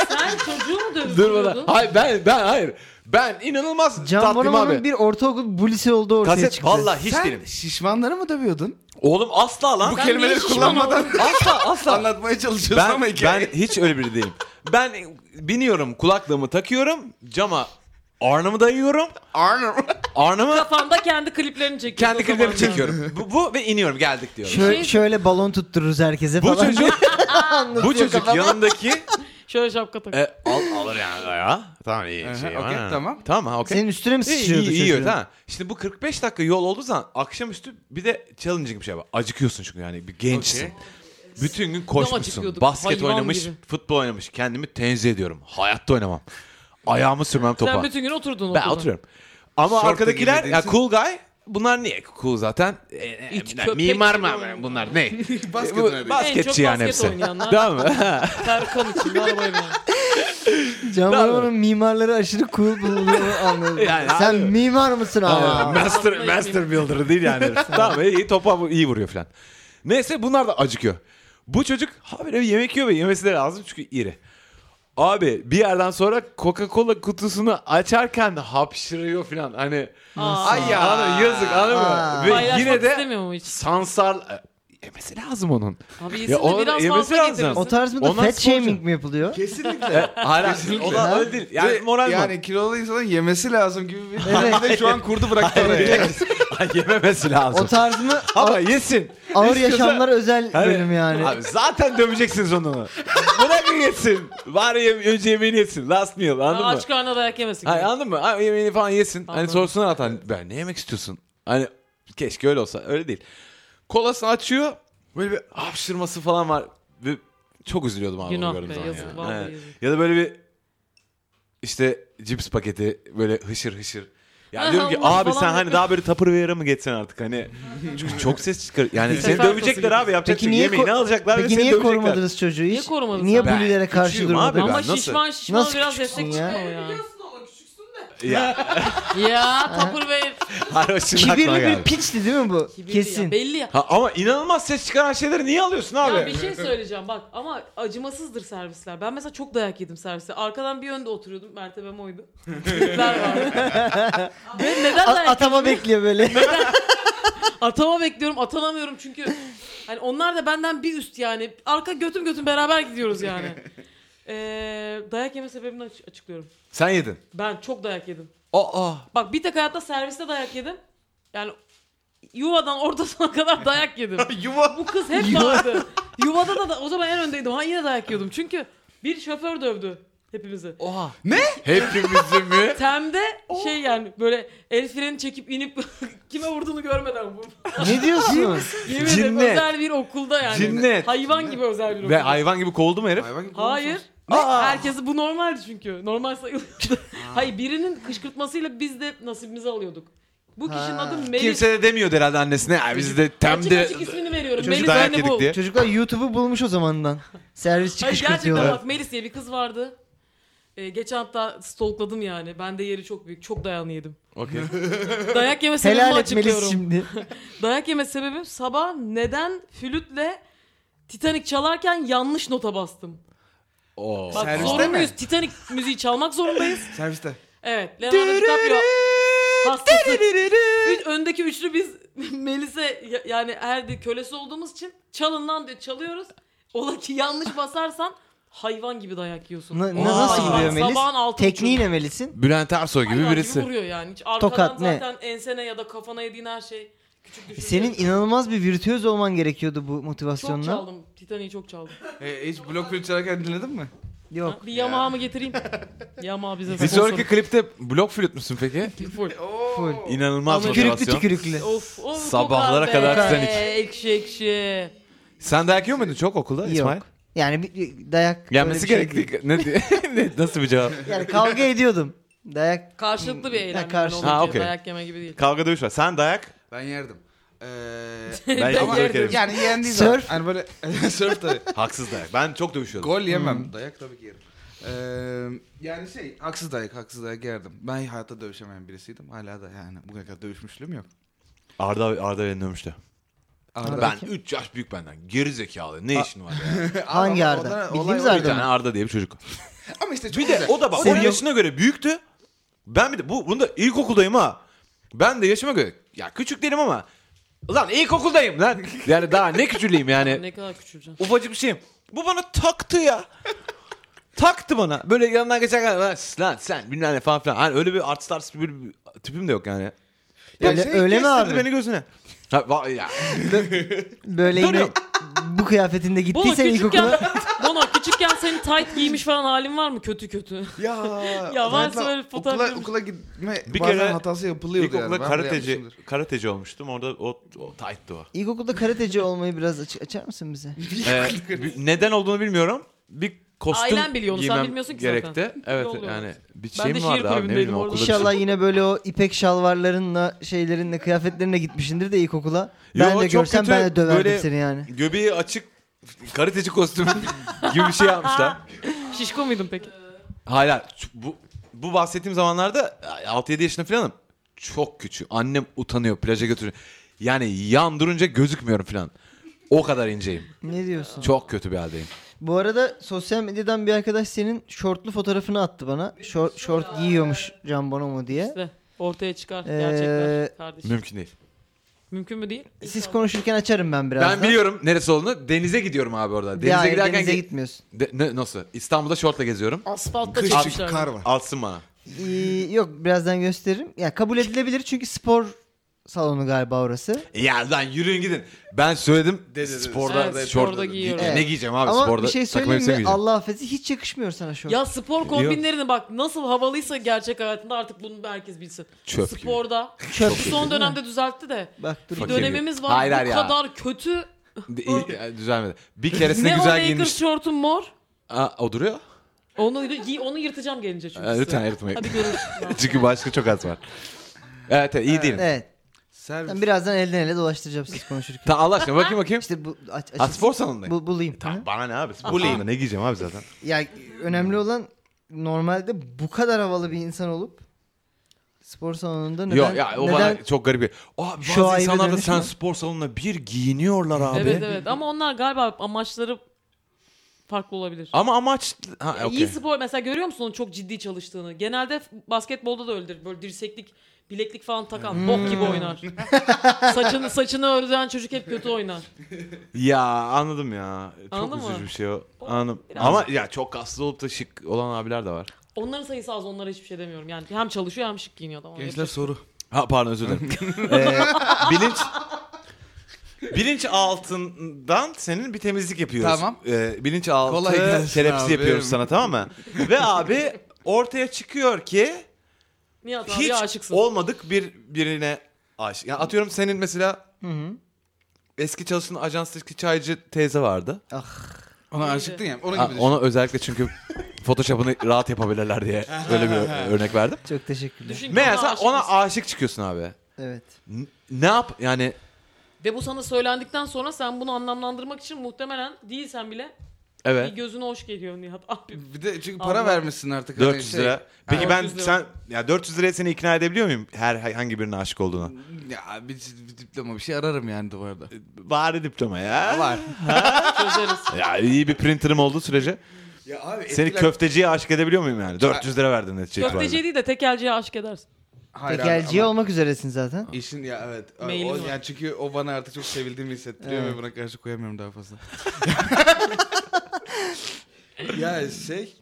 S2: Sen çocuğu mu
S1: Dur bana.
S2: dövüyordun?
S1: Hayır ben ben hayır. Ben inanılmaz
S3: Can
S1: tatlıyım
S3: Bonomo'nun
S1: abi.
S3: bir ortaokul bulisi olduğu ortaya
S1: Kaset
S3: çıktı.
S1: vallahi hiç
S4: Sen
S1: değilim.
S4: şişmanları mı dövüyordun?
S1: Oğlum asla lan.
S4: Bu
S2: Ben
S4: kelimeleri
S2: niye şişman
S4: kullanmadan
S1: asla asla.
S4: anlatmaya çalışıyorsun
S1: ben
S4: ama
S1: ben
S4: hikaye.
S1: hiç öyle biri değilim. Ben biniyorum kulaklığımı takıyorum cama arnamı dayıyorum.
S4: Arnold.
S1: Arnamı
S2: Kafanda kendi kliplerini çekiyorsun. o
S1: kendi kliplerimi
S2: zaman yani.
S1: çekiyorum. Bu, bu ve iniyorum geldik diyorum.
S3: Şö-
S2: Şey-
S3: şöyle balon tuttururuz herkese
S1: bu
S3: falan.
S1: çocuk
S3: Anlatıyor
S1: bu çocuk
S3: kafama.
S1: yanındaki
S2: Şöyle şapka tak.
S1: e, al, alır yani ya. Tamam iyi
S4: Aha,
S1: şey.
S4: okey,
S1: ha.
S4: tamam.
S1: Tamam ha, okey.
S3: Senin üstüne
S1: İyi,
S3: mi sıçrıyordu
S1: iyi, iyi,
S3: çocuğun?
S1: tamam. Şimdi bu 45 dakika yol olduğu zaman akşamüstü bir de challenging bir şey var. Acıkıyorsun çünkü yani bir gençsin.
S4: Okey.
S1: Bütün gün koşmuşsun.
S2: acıkıyorduk,
S1: Basket
S2: hayvan
S1: oynamış,
S2: gibi.
S1: futbol oynamış. Kendimi tenzih ediyorum. Hayatta oynamam. Ayağımı sürmem topa.
S2: Sen bütün gün oturdun
S1: Ben
S2: okulda.
S1: oturuyorum. Ama
S4: Şortla
S1: arkadakiler ya
S4: girmediysen-
S1: cool guy bunlar niye cool zaten? E, e,
S2: İç
S1: bunlar
S2: köpek
S1: mimar
S2: gibi
S1: mı
S2: oynuyor.
S1: bunlar ne?
S4: Basket
S1: Bu-
S4: oynadı.
S2: En çok
S1: Basketçi yani
S2: basket
S1: hepsi.
S2: oynayanlar.
S1: Değil mi?
S2: Serkan için arabayı yani.
S3: Can
S1: Tamam.
S3: Bonomo'nun mimarları aşırı cool bulduğunu anladım.
S1: Yani
S3: Sen
S1: abi.
S3: mimar mısın ama?
S1: master
S2: Aslında
S1: master builder değil yani. tamam iyi topa bu- iyi vuruyor falan. Neyse bunlar da acıkıyor. Bu çocuk habire yemek yiyor ve yemesi de lazım çünkü iri. Abi bir yerden sonra Coca-Cola kutusunu açarken hapşırıyor falan. Hani
S2: Aa.
S4: Ay ya.
S1: Anladın, yazık anladın mı?
S3: Aa.
S1: Ve
S2: Paylaşmak
S1: yine de
S2: istemiyor mu hiç?
S1: sansar e, yemesi lazım onun.
S2: Abi
S1: Ya
S2: yesin
S1: ona
S2: de biraz
S1: yemesi
S2: fazla
S1: lazım.
S2: getirsin.
S3: O tarz mı da
S1: Ondan
S3: fat
S1: sporcu.
S3: shaming mi yapılıyor?
S4: Kesinlikle.
S1: E, Hayır,
S4: Kesinlikle.
S1: o da
S3: Ha?
S1: öyle değil. Yani moral yani...
S4: yani kilolu insanın yemesi lazım gibi bir...
S3: Evet.
S4: Bir de şu an kurdu bıraktı oraya.
S1: Yememesi lazım.
S3: O tarz mı?
S1: Ama yesin.
S3: Ağır
S1: İstiyorsa-
S3: yaşamlar özel
S1: Hani-
S3: bölüm yani.
S1: Abi zaten döveceksiniz onu. Bırakın yesin. Var ya önce yemeğini yesin. Last meal
S2: Ha,
S1: anladın mı?
S2: Aç karnına dayak yemesin.
S1: Hayır
S2: gibi.
S1: anladın mı? Ha, yemeğini falan yesin. Hani
S2: Anladım.
S1: sorsun zaten ben ne yemek istiyorsun? Hani keşke öyle olsa. Öyle değil. Kolasını açıyor. Böyle bir hapşırması falan var. Ve çok üzülüyordum abi
S2: Günah
S1: onu gördüğüm
S2: be,
S1: zaman
S2: yazık,
S1: ya.
S2: vallahi
S1: Evet.
S2: yazık.
S1: Ya da böyle bir işte cips paketi böyle hışır hışır. Ya
S2: Ha,
S1: diyorum ki
S2: Allah
S1: abi
S2: falan
S1: sen hani
S2: yapıyor."
S1: daha böyle tapır yere mi geçsen artık hani. Çünkü çok ses çıkar. Yani seni
S2: Sefer
S1: dövecekler
S2: sosu
S1: abi yapacak
S3: Peki
S1: Peki
S3: niye
S1: yemeğini
S3: ko-
S1: alacaklar ve
S3: Peki
S1: seni
S3: niye
S1: dövecekler.
S3: korumadınız çocuğu hiç?
S2: Niye korumadın
S3: Niye
S2: sen?
S3: bulilere
S1: Ben
S3: karşı
S1: küçüğüm abi
S3: durmadınız?
S1: ben.
S2: Ama
S1: nasıl?
S2: şişman şişman
S3: Nasıl
S2: biraz
S3: küçüksün
S2: destek
S3: ya?
S2: çıkıyor ya.
S5: Biliyorsun ama küçüksün de.
S1: Ya.
S2: ya Tapır Bey.
S1: Hayır, o şimdi aklıma
S3: Kibirli
S1: geldi.
S3: bir piçti değil mi bu?
S2: Kibirli Ya,
S3: Kesin.
S2: belli ya.
S1: Ha, ama inanılmaz ses çıkaran şeyleri niye alıyorsun abi?
S2: Ya bir şey söyleyeceğim bak ama acımasızdır servisler. Ben mesela çok dayak yedim serviste. Arkadan bir önde oturuyordum. Mertebem oydu. Tipler vardı. Ve neden
S3: A-
S2: dayak
S3: atama
S2: yedim?
S3: bekliyor böyle.
S2: Atama bekliyorum atanamıyorum çünkü hani onlar da benden bir üst yani arka götüm götüm beraber gidiyoruz yani. Ee, dayak yeme sebebini aç- açıklıyorum.
S1: Sen yedin.
S2: Ben çok dayak yedim.
S1: Aa.
S2: Bak bir tek hayatta serviste dayak yedim. Yani yuvadan ortasına kadar dayak yedim.
S4: Yuva.
S2: Bu kız hep vardı. Yuvada da, da o zaman en öndeydim. Ha yine dayak yiyordum. Çünkü bir şoför dövdü hepimizi.
S1: Oha. Ne? Hepimizi mi?
S2: Temde şey yani böyle el freni çekip inip kime vurduğunu görmeden vurdu.
S3: ne diyorsun?
S2: Yemin ederim
S1: Cinnet.
S2: özel bir okulda yani.
S1: Cinnet.
S2: Hayvan gibi özel bir okul.
S1: Ve hayvan gibi kovuldu mu herif?
S4: Hayvan gibi
S2: Hayır. Ne? Herkesi bu normaldi çünkü. Normal sayılıyordu. Hayır birinin kışkırtmasıyla biz de nasibimizi alıyorduk. Bu kişinin
S3: Ha.
S2: adı Melis.
S1: Kimse de demiyordu herhalde annesine. "Ya biz de
S2: açık
S1: temde
S2: açık ismini veriyorum.
S1: çocuk
S2: Melis
S1: dayak
S2: beni bul.
S1: yedik diye.
S3: Çocuklar YouTube'u bulmuş o zamandan.
S2: Hayır
S3: Servis çıkış
S2: gerçekten
S3: katıyorlar.
S2: bak Melis diye bir kız vardı. Ee, geçen hafta stalkladım yani. Ben de yeri çok büyük. Çok dayağını yedim.
S1: Okey.
S2: Dayak yeme sebebimi
S3: Helal et
S2: açıklıyorum.
S3: Melis şimdi.
S2: Dayak yeme sebebim sabah neden flütle Titanic çalarken yanlış nota bastım.
S1: Oo.
S2: Bak
S4: Serviste
S2: zorunda
S4: mi?
S2: muyuz? Titanic müziği çalmak zorundayız.
S4: Serviste.
S2: Evet. Leonardo DiCaprio hastası. Üç- öndeki üçlü biz Melis'e ya- yani erdi kölesi olduğumuz için çalın lan diyor çalıyoruz. Ola ki yanlış basarsan hayvan gibi dayak yiyorsun.
S3: Na- na-
S2: Hayvan,
S3: nasıl gidiyor Melis?
S2: Sabahın altı
S3: Tekniği
S2: buçuğu.
S3: ne Melis'in?
S1: Bülent Ersoy gibi
S2: Hayvan
S1: birisi.
S2: vuruyor yani. Hiç arkadan
S3: Tokat ne?
S2: zaten ensene ya da kafana yediğin her şey küçük düşünce.
S3: Senin inanılmaz bir virtüöz olman gerekiyordu bu
S2: çok
S3: motivasyonla.
S2: çaldım. Titanic'i çok çaldım.
S4: E, hiç blok flüt çalarken dinledin mi?
S3: Yok.
S2: Bir Yamaha mı getireyim? Yamaha bize
S1: Bir sonraki
S2: sponsor.
S1: klipte blok flüt müsün peki?
S2: Full.
S4: Oo.
S1: İnanılmaz
S3: Tükürüklü
S1: motivasyon.
S3: tükürüklü.
S2: Of, of
S1: Sabahlara
S2: kokar
S1: kadar
S2: be.
S1: Titanic.
S2: Ekşi ekşi.
S1: Sen dayak yiyor muydun çok okulda
S3: Yok.
S1: İsmail?
S3: Yani bir- bir dayak.
S1: Yenmesi
S3: öyle bir şey
S1: gerekti. Ne, ne- nasıl bir cevap?
S3: değil. Yani kavga ediyordum. Dayak.
S2: Karşılıklı bir eğlence.
S3: karşı-
S2: Karşılıklı.
S1: Ha, okey.
S2: Dayak yeme gibi değil.
S1: Kavga dövüş var. Sen dayak.
S4: Ben yerdim. Ee,
S1: Ben çok
S2: Ama-
S1: dökerim.
S4: yani yendiği zaman.
S3: Surf.
S4: Hani böyle surf tabii.
S1: Haksız dayak. Ben çok dövüşüyordum.
S4: Gol yemem. Dayak tabii ki yerim. Ee, yani şey haksız dayak haksız dayak yerdim. Ben hayatta dövüşemeyen birisiydim. Hala da yani bugüne kadar dövüşmüşlüğüm yok.
S1: Arda Arda beni dövmüştü.
S4: Arda-
S1: Ben 3 yaş büyük benden. Geri zekalı. Ne işin var ya?
S3: Hangi
S4: Ama
S3: Arda?
S4: ondan-
S3: Bildiğimiz
S4: olay-
S1: Bir
S3: Arda.
S1: tane Arda diye bir çocuk.
S4: Ama işte çok
S1: Bir de
S4: güzel.
S1: o da bak
S4: Senin-
S1: onun yaşına göre büyüktü. Ben bir de bu bunda ilkokuldayım ha. Ben de yaşıma göre ya küçük değilim ama lan ilkokuldayım lan. Yani daha ne küçüleyim yani.
S2: Ne kadar küçüleceksin.
S1: Ufacık bir şeyim. Bu bana taktı ya. taktı bana. Böyle yanından geçerken lan, lan sen bilmem ne falan filan. Hani öyle bir artist artist bir, bir tipim de yok yani.
S4: Ya
S3: Öyle,
S4: şey,
S3: öyle mi
S1: Kestirdi
S3: abi?
S1: beni gözüne. Ha, va- ya.
S3: Böyle yine
S1: Dönüyorum.
S3: bu kıyafetinde
S2: Bono
S3: gittiysen
S2: küçükken,
S3: ilkokula.
S2: Bono küçükken senin tight giymiş falan halin var mı? Kötü kötü.
S4: Ya,
S2: Ya varsa
S4: zaten
S2: böyle fotoğraf
S4: okula,
S2: vermiş.
S4: okula gitme
S1: Bir
S4: bir bazen
S1: kere
S4: hatası yapılıyordu yani.
S1: İlkokulda
S4: Ben şey bile
S1: karateci,
S4: yapmışımdır.
S1: karateci olmuştum. Orada o, o tight'tı o.
S3: İlkokulda karateci olmayı biraz aç- açar mısın bize?
S1: Ee, bi- neden olduğunu bilmiyorum. Bir kostüm
S2: Ailen biliyor onu, sen
S1: giymem
S2: bilmiyorsun ki
S1: gerekti.
S2: zaten.
S1: Evet
S2: Yolluyoruz.
S1: yani bir
S2: Ben
S1: şey
S2: de
S1: mi
S2: şiir
S1: vardı abi ne
S2: kulübündeydim
S1: bileyim
S2: orada.
S1: okulda. bir şey-
S3: İnşallah yine böyle o ipek şalvarlarınla, şeylerinle, kıyafetlerinle gitmişindir de ilkokula.
S1: Yo,
S3: Ben de
S1: çok
S3: görsem
S1: kötü,
S3: ben de döverdim
S1: böyle-
S3: seni yani.
S1: Göbeği açık karateci kostümü gibi bir şey yapmışlar.
S2: Şişko muydun peki?
S1: Hala ç- bu, bu bahsettiğim zamanlarda 6-7 yaşında falanım. Çok küçük. Annem utanıyor plaja götürüyor. Yani yan durunca gözükmüyorum falan. O kadar inceyim.
S3: Ne diyorsun?
S1: Çok kötü bir haldeyim.
S3: Bu arada sosyal medyadan bir arkadaş senin şortlu fotoğrafını attı bana. Şort, şort giyiyormuş Can Bonomo diye.
S2: İşte ortaya çıkar
S3: Ee,
S2: gerçekler kardeşim.
S1: Mümkün değil.
S2: Mümkün mü değil?
S3: Siz konuşurken açarım ben birazdan.
S1: Ben biliyorum neresi olduğunu. Denize gidiyorum abi orada. Denize
S3: Hayır,
S1: giderken
S3: denize
S1: ge-
S3: gitmiyorsun.
S1: De- ne- nasıl? İstanbul'da şortla geziyorum.
S2: Asfaltta
S6: Kış çünkü
S2: çekmişler.
S6: kar var.
S1: Alsın bana.
S3: Ee, yok birazdan gösteririm. Ya kabul edilebilir çünkü spor salonu galiba orası.
S1: Ya lan yürüyün gidin. Ben söyledim.
S6: Dedi, dedi.
S1: sporda şort-
S2: Evet, sporda giyiyorum.
S1: Ne giyeceğim abi
S3: Ama
S1: sporda?
S3: bir şey
S1: takım
S3: söyleyeyim
S1: elbise
S3: mi?
S1: giyeceğim?
S3: Allah affetsin hiç yakışmıyor sana şort.
S2: Ya spor kombinlerini bak nasıl havalıysa gerçek hayatında artık bunu herkes bilsin.
S1: Çöp gibi.
S2: Sporda.
S3: Çöp gibi,
S2: Son
S3: değil mi?
S2: dönemde düzeltti de.
S3: Bak dur.
S2: Bir
S1: Fakir
S2: dönemimiz
S1: gibi.
S2: var.
S1: Hayır,
S2: bu
S1: hayır ya.
S2: kadar kötü.
S1: Di- Düzelmedi. Bir keresinde
S2: Ne o
S1: güzel
S2: Lakers
S1: giyinmiş.
S2: şortun mor.
S1: Aa, o duruyor.
S2: Onu giy- onu yırtacağım gelince çünkü.
S1: Ee,
S2: size.
S1: lütfen yırtmayın.
S2: Hadi görüşürüz.
S1: Çünkü başka çok az var. Evet, evet iyi değilim.
S3: Evet.
S4: Servis.
S3: Ben birazdan elden ele dolaştıracağım siz konuşurken.
S1: Ta Allah aşkına bakayım bakayım.
S3: İşte bu aç,
S1: Ha,
S3: açık-
S1: spor salonundayım.
S3: bu, bulayım. Hı?
S1: Tamam bana ne abi? Spor salonunda ne giyeceğim abi zaten?
S3: Ya önemli olan normalde bu kadar havalı bir insan olup spor salonunda neden
S1: Yok ya o
S3: neden
S1: bana çok garip. bir- Abi
S3: Şu
S1: bazı
S3: ayıbe
S1: insanlar da
S3: dönüş
S1: sen
S3: mü?
S1: spor salonuna bir giyiniyorlar abi.
S2: evet evet ama onlar galiba amaçları farklı olabilir.
S1: Ama amaç... Ha,
S2: Ya
S1: okey.
S2: İyi E, spor mesela görüyor musun onun çok ciddi çalıştığını? Genelde f- basketbolda da öyledir. Böyle dirseklik, bileklik falan takan bok gibi oynar. saçını saçını örülen çocuk hep kötü oynar.
S1: Ya anladım ya. Çok
S2: Anladın
S1: üzücü
S2: mı?
S1: bir şey o. Anladım.
S2: biraz-
S1: Ama ya çok kaslı olup da şık olan abiler de var.
S2: Onların sayısı az onlara hiçbir şey demiyorum. Yani hem çalışıyor hem şık giyiniyor adam.
S4: Gençler soru.
S1: Ha pardon özür dilerim. Ee, bilinç bilinç altından senin bir temizlik yapıyoruz.
S4: Tamam.
S1: Ee, bilinç altı
S4: Kolay gelsin
S1: terapisi
S4: abi.
S1: yapıyoruz sana tamam mı? Ve abi ortaya çıkıyor ki
S2: Nihat abi
S1: hiç
S2: ya aşıksın.
S1: olmadık bir birine aşık. Yani atıyorum senin mesela eski çalıştığın ajanstaki çaycı teyze vardı.
S4: Ona aşıktın ya. Ona
S1: Ha,
S4: gibi düşün.
S1: ona özellikle çünkü Photoshop'ını rahat yapabilirler diye böyle bir ö- örnek verdim.
S3: çok teşekkürler.
S2: Düşün ki
S1: Meğerse
S2: ona
S1: ona
S2: aşıksın.
S1: aşık çıkıyorsun abi.
S3: Evet.
S1: N- ne yap yani
S2: Ve bu sana söylendikten sonra sen bunu anlamlandırmak için muhtemelen değilsen bile
S1: evet.
S2: bir gözüne hoş geliyor Nihat abi.
S4: Bir de çünkü para
S2: Allah.
S4: vermişsin artık. hani
S1: 400
S4: şey-
S1: lira. Peki
S2: Ha,
S1: ben
S2: 400 lira.
S1: sen ya 400 liraya seni ikna edebiliyor muyum her hangi birine aşık olduğuna?
S4: Ya bir, bir diploma bir şey ararım yani duvarda.
S1: Bari diploma ya.
S4: Var.
S2: Çözeriz.
S1: Ya iyi bir printer'ım olduğu sürece
S4: Ya abi
S1: seni köfteciye aşık edebiliyor muyum yani? 400 lira verdin netice
S2: Köfteciye
S1: itibariyle.
S2: değil de tekelciye aşık edersin.
S3: Tekelciye olmak üzeresin zaten.
S4: İşin ya evet. O,
S2: Mailim
S4: o-
S2: var.
S4: yani çünkü o bana artık çok sevildiğimi hissettiriyor
S3: Evet.
S4: ve buna karşı koyamıyorum daha fazla. ya şey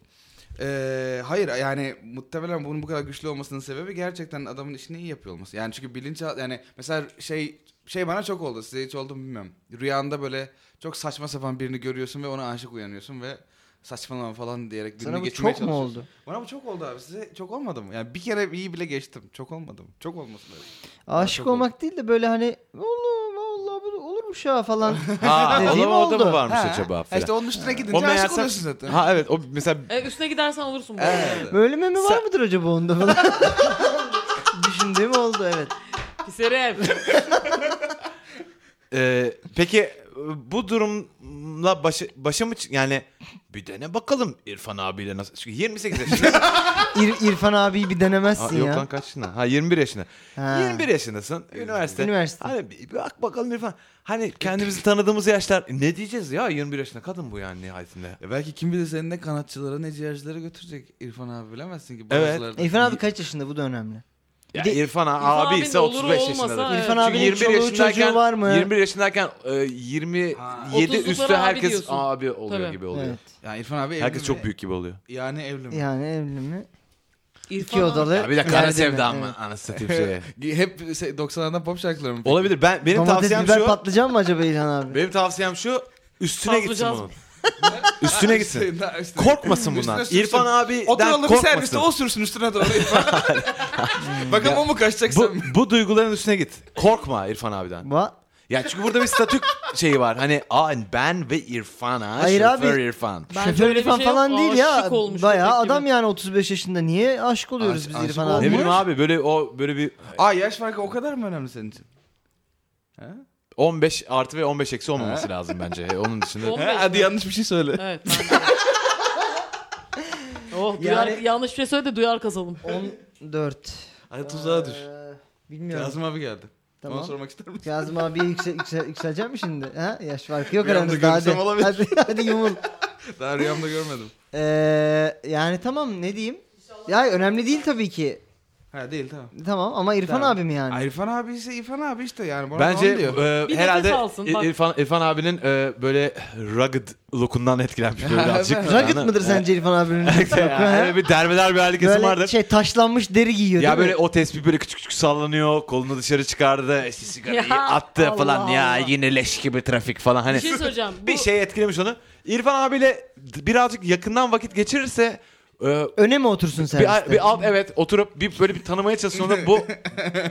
S4: eee, hayır yani muhtemelen bunun bu kadar güçlü olmasının sebebi gerçekten adamın işini iyi yapıyor olması. Yani çünkü bilinç yani mesela şey şey bana çok oldu size hiç oldu mu bilmiyorum. Rüyanda böyle çok saçma sapan birini görüyorsun ve ona aşık uyanıyorsun ve saçmalama falan diyerek gününü
S3: Sana bu
S4: geçirmeye
S3: çok mu
S4: çalışıyorsun.
S3: oldu?
S4: Bana bu çok oldu abi size çok olmadı mı? Yani bir kere iyi bile geçtim çok olmadı mı? Çok olması lazım.
S3: Aşık
S4: çok oldu.
S3: olmak değil de böyle hani oğlum vallahi bu olurmuş ha falan.
S1: Ha, o
S3: Dediğim
S1: zaman orada mı
S3: oldu.
S1: varmış
S4: Ha,
S1: acaba?
S4: Ha,
S1: filan?
S4: işte onun üstüne gidince
S1: O
S4: aşık
S1: meğerse-
S4: oluyorsun zaten.
S1: Ha evet o mesela
S2: E, üstüne gidersen olursun bu arada.
S4: Evet.
S3: Böyle meme var mıdır acaba onda falan? Düşündüğüm oldu evet.
S2: Pis herif.
S1: e, peki e, bu durumla başa, başa mı çı- yani bir dene bakalım İrfan abiyle nasıl çünkü 28 yaşında.
S3: İr- İrfan abiyi bir denemezsin
S1: ha, yok
S3: ya.
S1: lan kaç yaşında? Ha 21 yaşında.
S3: Ha.
S1: 21 yaşındasın. Üniversite.
S3: Üniversite.
S1: Hani bir bir bak bakalım İrfan. Hani kendimizi tanıdığımız yaşlar. e, Ne diyeceğiz ya 21 yaşında kadın bu yani nihayetinde.
S4: Ya E belki kim bilir seni ne kanatçılara ne ciğercilere götürecek İrfan abi bilemezsin ki.
S1: Evet.
S4: bazıları da-
S3: İrfan abi kaç yaşında bu da önemli.
S1: Ya
S3: de-
S1: İrfan, abi
S2: İrfan abinin
S1: ise
S2: olur
S1: 35
S2: olmasa,
S1: yaşında.
S2: evet.
S3: İrfan
S1: Çünkü
S3: abinin çoluğu, çocuğu var mı?
S1: 21 yaşındayken e, 27
S2: Otuzluklara
S1: üstü
S2: abi
S1: herkes
S2: diyorsun.
S1: abi oluyor
S2: Tabii.
S1: gibi oluyor.
S3: Evet.
S4: Yani İrfan abi evli
S1: Herkes
S4: mi?
S1: çok büyük gibi oluyor.
S4: Yani evli mi?
S3: Yani evli mi?
S2: İrfan
S3: İki
S2: abi-
S3: odalı.
S1: Ya bir de
S3: yerde
S1: kara
S3: mi?
S1: sevda
S3: Evet.
S1: ama anasını satayım şeye.
S4: şey. Hep se- 90'lardan pop şarkıları mı?
S1: Olabilir. Ben benim
S3: Domates
S1: tavsiyem
S3: biber
S1: şu.
S3: patlıcan mı acaba İlhan abi?
S1: Benim tavsiyem şu. Üstüne gitsin
S2: Patlıcan.
S1: bunun. üstüne gitsin. Korkmasın bundan.
S4: Üstüne
S1: İrfan abi
S4: Oturalım bir serviste
S1: korkmasın.
S4: o sürsün üstüne doğru İrfan. Bakın o mu kaçacak
S1: Bu,
S4: sen?
S1: bu duyguların üstüne git. Korkma İrfan abiden.
S3: Va-
S1: Ya çünkü burada bir statü şeyi var. Hani aa ben ve İrfan ha.
S3: Hayır
S1: şoför
S3: abi.
S1: İrfan.
S2: Bence
S3: Şoför
S2: öyle bir
S3: İrfan
S2: şey yok.
S3: falan değil
S2: Aa,
S3: ya.
S2: şık olmuş
S3: Bayağı
S2: köpek gibi.
S3: adam yani 35 yaşında. Niye aşık oluyoruz
S4: Aş-
S3: biz
S4: aşık
S3: İrfan
S4: olmuyor.
S1: Ne
S3: abi?
S1: bileyim abi böyle o böyle bir
S4: Aa yaş farkı o kadar mı önemli senin için?
S1: 15 artı ve 15 eksi olmaması lazım bence. E, Onun dışında.
S2: 15
S4: Ha, hadi
S2: mi?
S4: yanlış bir şey söyle.
S2: Evet. ben de. oh duyar,
S3: Yani-
S2: yanlış bir şey söyle de duyar kazalım.
S3: 14.
S4: Hadi tuzağa düş.
S3: Ee, Bilmiyorum.
S4: Kazım abi geldi. Tamam.
S3: Tamam.
S4: Ona sormak ister misin?
S3: Kazım abi yüksel, yüksel, yükseleceğim mi şimdi? Ha? Yaş farkı yok
S4: Bir anda
S3: aranızda. Hadi,
S4: görüşsem olabilir.
S3: hadi, hadi yumul.
S4: Daha rüyamda görmedim.
S3: Ee, yani tamam ne diyeyim? Ya önemli değil tabii ki.
S4: Ha değil tamam.
S3: Tamam ama İrfan
S4: Tamam.
S3: abi mi yani?
S4: Ay, İrfan abi ise İrfan abi işte yani. Bana
S1: Bence
S4: tamam diyor.
S1: e,
S2: Bir
S1: herhalde
S2: nefes alsın,
S1: İ-
S2: bak.
S1: İrfan, İrfan abinin e, böyle rugged lookundan etkilenmiş böyle azıcık.
S3: Rugged
S1: Yani-
S3: mıdır sence İrfan abinin?
S1: Yani öyle bir dermeler bir hali kesim
S3: Böyle
S1: vardır.
S3: şey taşlanmış deri giyiyor
S1: ya
S3: değil
S1: böyle
S3: mi?
S1: o tespih böyle küçük küçük sallanıyor. Kolunu dışarı çıkardı. işte sigarayı
S2: Ya,
S1: attı falan.
S2: Allah
S1: Ya
S2: Allah.
S1: yine leş gibi trafik falan. Hani
S2: Bir şey söyleyeceğim. Bu,
S1: bir şey etkilemiş onu. İrfan abiyle birazcık yakından vakit geçirirse e,
S3: Öne mi otursun sen?
S1: bir, bir alt evet oturup bir böyle bir tanımaya çalışsın onu. Bu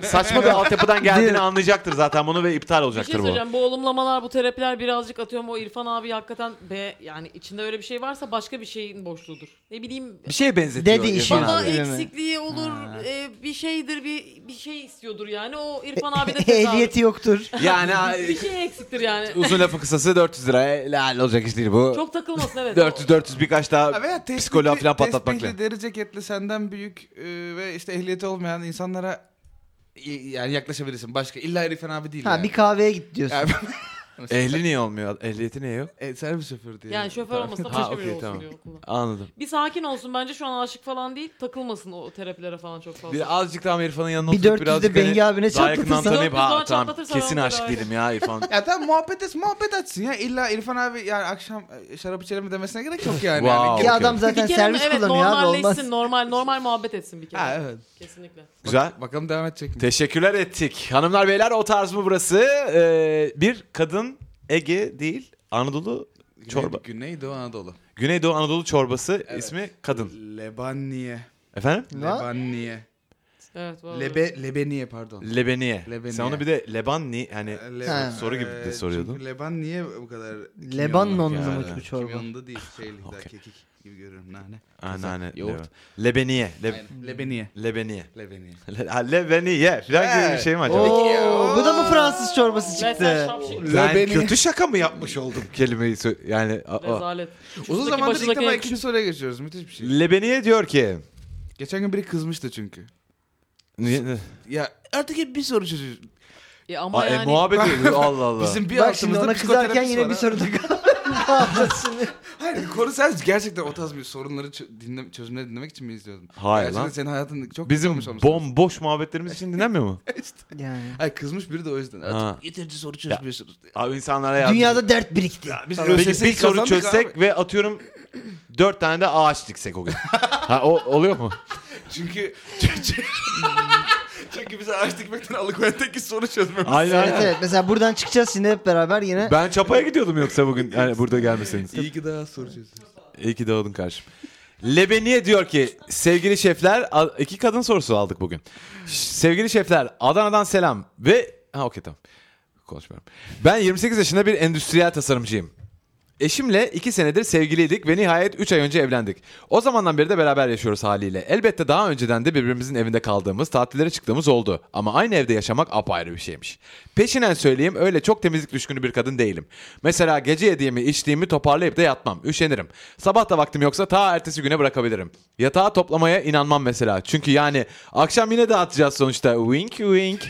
S1: saçma bir altyapıdan geldiğini anlayacaktır zaten bunu ve iptal
S2: bir şey
S1: olacaktır bu.
S2: söyleyeceğim. Bu olumlamalar, bu terapiler birazcık atıyorum o İrfan abi hakikaten be yani içinde öyle bir şey varsa başka bir şeyin boşluğudur. Ne bileyim
S1: Bir şey şeye benzetiyor
S3: Dedi işi.
S1: İrfan abi.
S2: baba
S3: abi, değil mi?
S2: eksikliği olur, e, bir şeydir, bir bir şey istiyordur yani. O İrfan abi de tezahür.
S3: Ehliyeti yoktur.
S1: Yani
S2: bir şey eksiktir yani.
S1: uzun lafın kısası 400 liraya lal olacak iş değil bu.
S2: Çok takılmasın evet.
S1: 400 400 birkaç
S4: Ha,
S1: daha
S4: veya tespihli-
S1: psikoloğa falan patlatmak
S4: tespihli,
S1: lazım.
S4: deri ceketli senden büyük e, ve işte ehliyeti olmayan insanlara i- yani yaklaşabilirsin. Başka illa İrfan abi değil
S3: Ha
S4: yani.
S3: bir kahveye git diyorsun.
S4: yani,
S1: Ehli niye olmuyor? Ehliyeti niye yok?
S4: e, servis şoförü diye.
S2: Yani şoför
S4: Tamam.
S2: olmasa
S1: Ha,
S2: başka biri
S1: okey,
S2: olsun
S1: tamam.
S2: diyor okulda.
S1: Anladım.
S2: Bir sakin olsun bence şu an aşık falan değil. Takılmasın o terapilere falan çok fazla.
S1: Bir azıcık daha İrfan'ın yanına
S3: Bir
S1: oturup
S3: 400
S1: birazcık
S3: de
S1: hani
S3: Bengi abine
S1: daha yakından
S3: çarptırsan.
S1: tanıyıp ha
S2: Dört yüz daha
S1: tamam
S2: çatlatırsan
S1: kesin
S2: olur
S1: aşık
S2: abi.
S1: değilim ya İrfan.
S4: Ya tamam muhabbet et, muhabbet açsın ya. İlla İrfan abi yani akşam e, şarap içelim mi demesine gerek yok yani. Hani
S1: Wow.
S4: Yani
S3: Ki
S4: gerek-
S1: Okey.
S3: adam zaten
S2: bir kere mi?
S3: servis
S2: evet,
S3: kullanıyor abi olmaz.
S2: normalleşsin. Normal normal muhabbet etsin bir kere.
S4: Ha evet.
S2: Kesinlikle.
S1: Güzel.
S4: Bak- bakalım devam edecek mi?
S1: Teşekkürler ettik. Hanımlar beyler o tarz mı burası? Ee, bir kadın Ege değil Anadolu
S4: Güney-
S1: çorba.
S4: Güneydoğu Anadolu.
S1: Güneydoğu Anadolu çorbası ismi kadın.
S4: Lebaniye.
S1: Efendim?
S3: Ne?
S4: Lebaniye.
S2: Evet vallahi.
S4: Lebe, lebeniye pardon.
S1: Lebeniye.
S4: Lebeniye.
S1: Sen onu bir de hani, leban ni yani
S3: E,
S4: Le-
S1: soru gibi de
S4: Ee,
S1: soruyordun.
S4: Çünkü leban niye bu kadar
S3: Lebanon
S1: Kimyonluk
S3: mu
S1: yani.
S3: bu çorba?
S4: Kimyonda değil şeylik daha
S1: Okey.
S4: kekik gibi görüyorum nane.
S1: anane
S4: Yoğurt.
S1: hani, Lebeniye. Le-
S4: Aynen. Lebeniye.
S1: Lebeniye.
S4: Lebeniye.
S1: Le- ha, Lebeniye. Falan gibi bir şey mi acaba?
S3: Oo, bu da mı Fransız çorbası
S2: Mesela
S3: çıktı?
S2: şapşik.
S1: Ben
S4: Lebeniye.
S1: kötü şaka mı yapmış oldum kelimeyi sö- yani a- a-
S2: Rezalet.
S4: Uzun
S2: Şuradaki
S4: zamandır ilk
S2: başındaki
S4: defa
S2: en
S4: ikinci soruya geçiyoruz. Müthiş bir şey.
S1: Lebeniye diyor ki
S4: Geçen gün biri kızmıştı çünkü.
S1: Niye-
S4: Ya artık hep bir soru çözüyoruz.
S2: küçük- E, ama
S1: Aa, e,
S2: yani
S1: muhabbet ediyor Allah Allah.
S4: Bizim bir
S3: Bak şimdi
S4: altımızda
S3: ona kızarken
S4: psikoterapist
S3: yine
S4: var
S3: bir
S4: ha.
S3: soru da kaldı. Ne yapacağız şimdi?
S4: Hayır konu sen gerçekten o tarz bir sorunları çö- dinle, çözümleri dinlemek için mi izliyordun?
S1: Hayır
S4: gerçekten
S1: lan.
S4: senin hayatın çok
S1: Bizim
S4: kızmış olmuş.
S1: bomboş muhabbetlerimiz için dinlenmiyor mu?
S3: Yani.
S4: Hayır kızmış biri de o yüzden. Artık
S1: Ha.
S4: yeterince soru çözmüyorsunuz.
S1: Abi insanlara yardım.
S3: Dünyada dert birikti.
S4: Biz
S1: Peki
S4: ÖSS'yi
S1: bir soru
S4: kazandık
S1: çözsek
S4: abi.
S1: ve atıyorum dört tane de ağaç diksek o gün. ha o, oluyor mu?
S4: Çünkü... çünkü- Çünkü bizi ağaç dikmekten alıkoyan tek soru çözmemiz.
S1: Aynen.
S3: Evet evet mesela buradan çıkacağız şimdi hep beraber yine.
S1: Ben çapaya gidiyordum yoksa bugün yani burada gelmeseniz.
S4: İyi ki daha soru çözüyoruz.
S1: İyi ki doğdun karşım. Lebeniye diyor ki sevgili şefler a- iki kadın sorusu aldık bugün. Ş- Sevgili şefler Adana'dan selam ve ha okey tamam konuşmuyorum. Ben 28 yaşında bir endüstriyel tasarımcıyım. Eşimle 2 senedir sevgiliydik ve nihayet 3 ay önce evlendik. O zamandan beri de beraber yaşıyoruz haliyle. Elbette daha önceden de birbirimizin evinde kaldığımız, tatillere çıktığımız oldu. Ama aynı evde yaşamak apayrı bir şeymiş. Peşinen söyleyeyim öyle çok temizlik düşkünü bir kadın değilim. Mesela gece yediğimi, içtiğimi toparlayıp da yatmam. Üşenirim. Sabah da vaktim yoksa ta ertesi güne bırakabilirim. Yatağı toplamaya inanmam mesela. Çünkü yani akşam yine dağıtacağız sonuçta. Wink wink.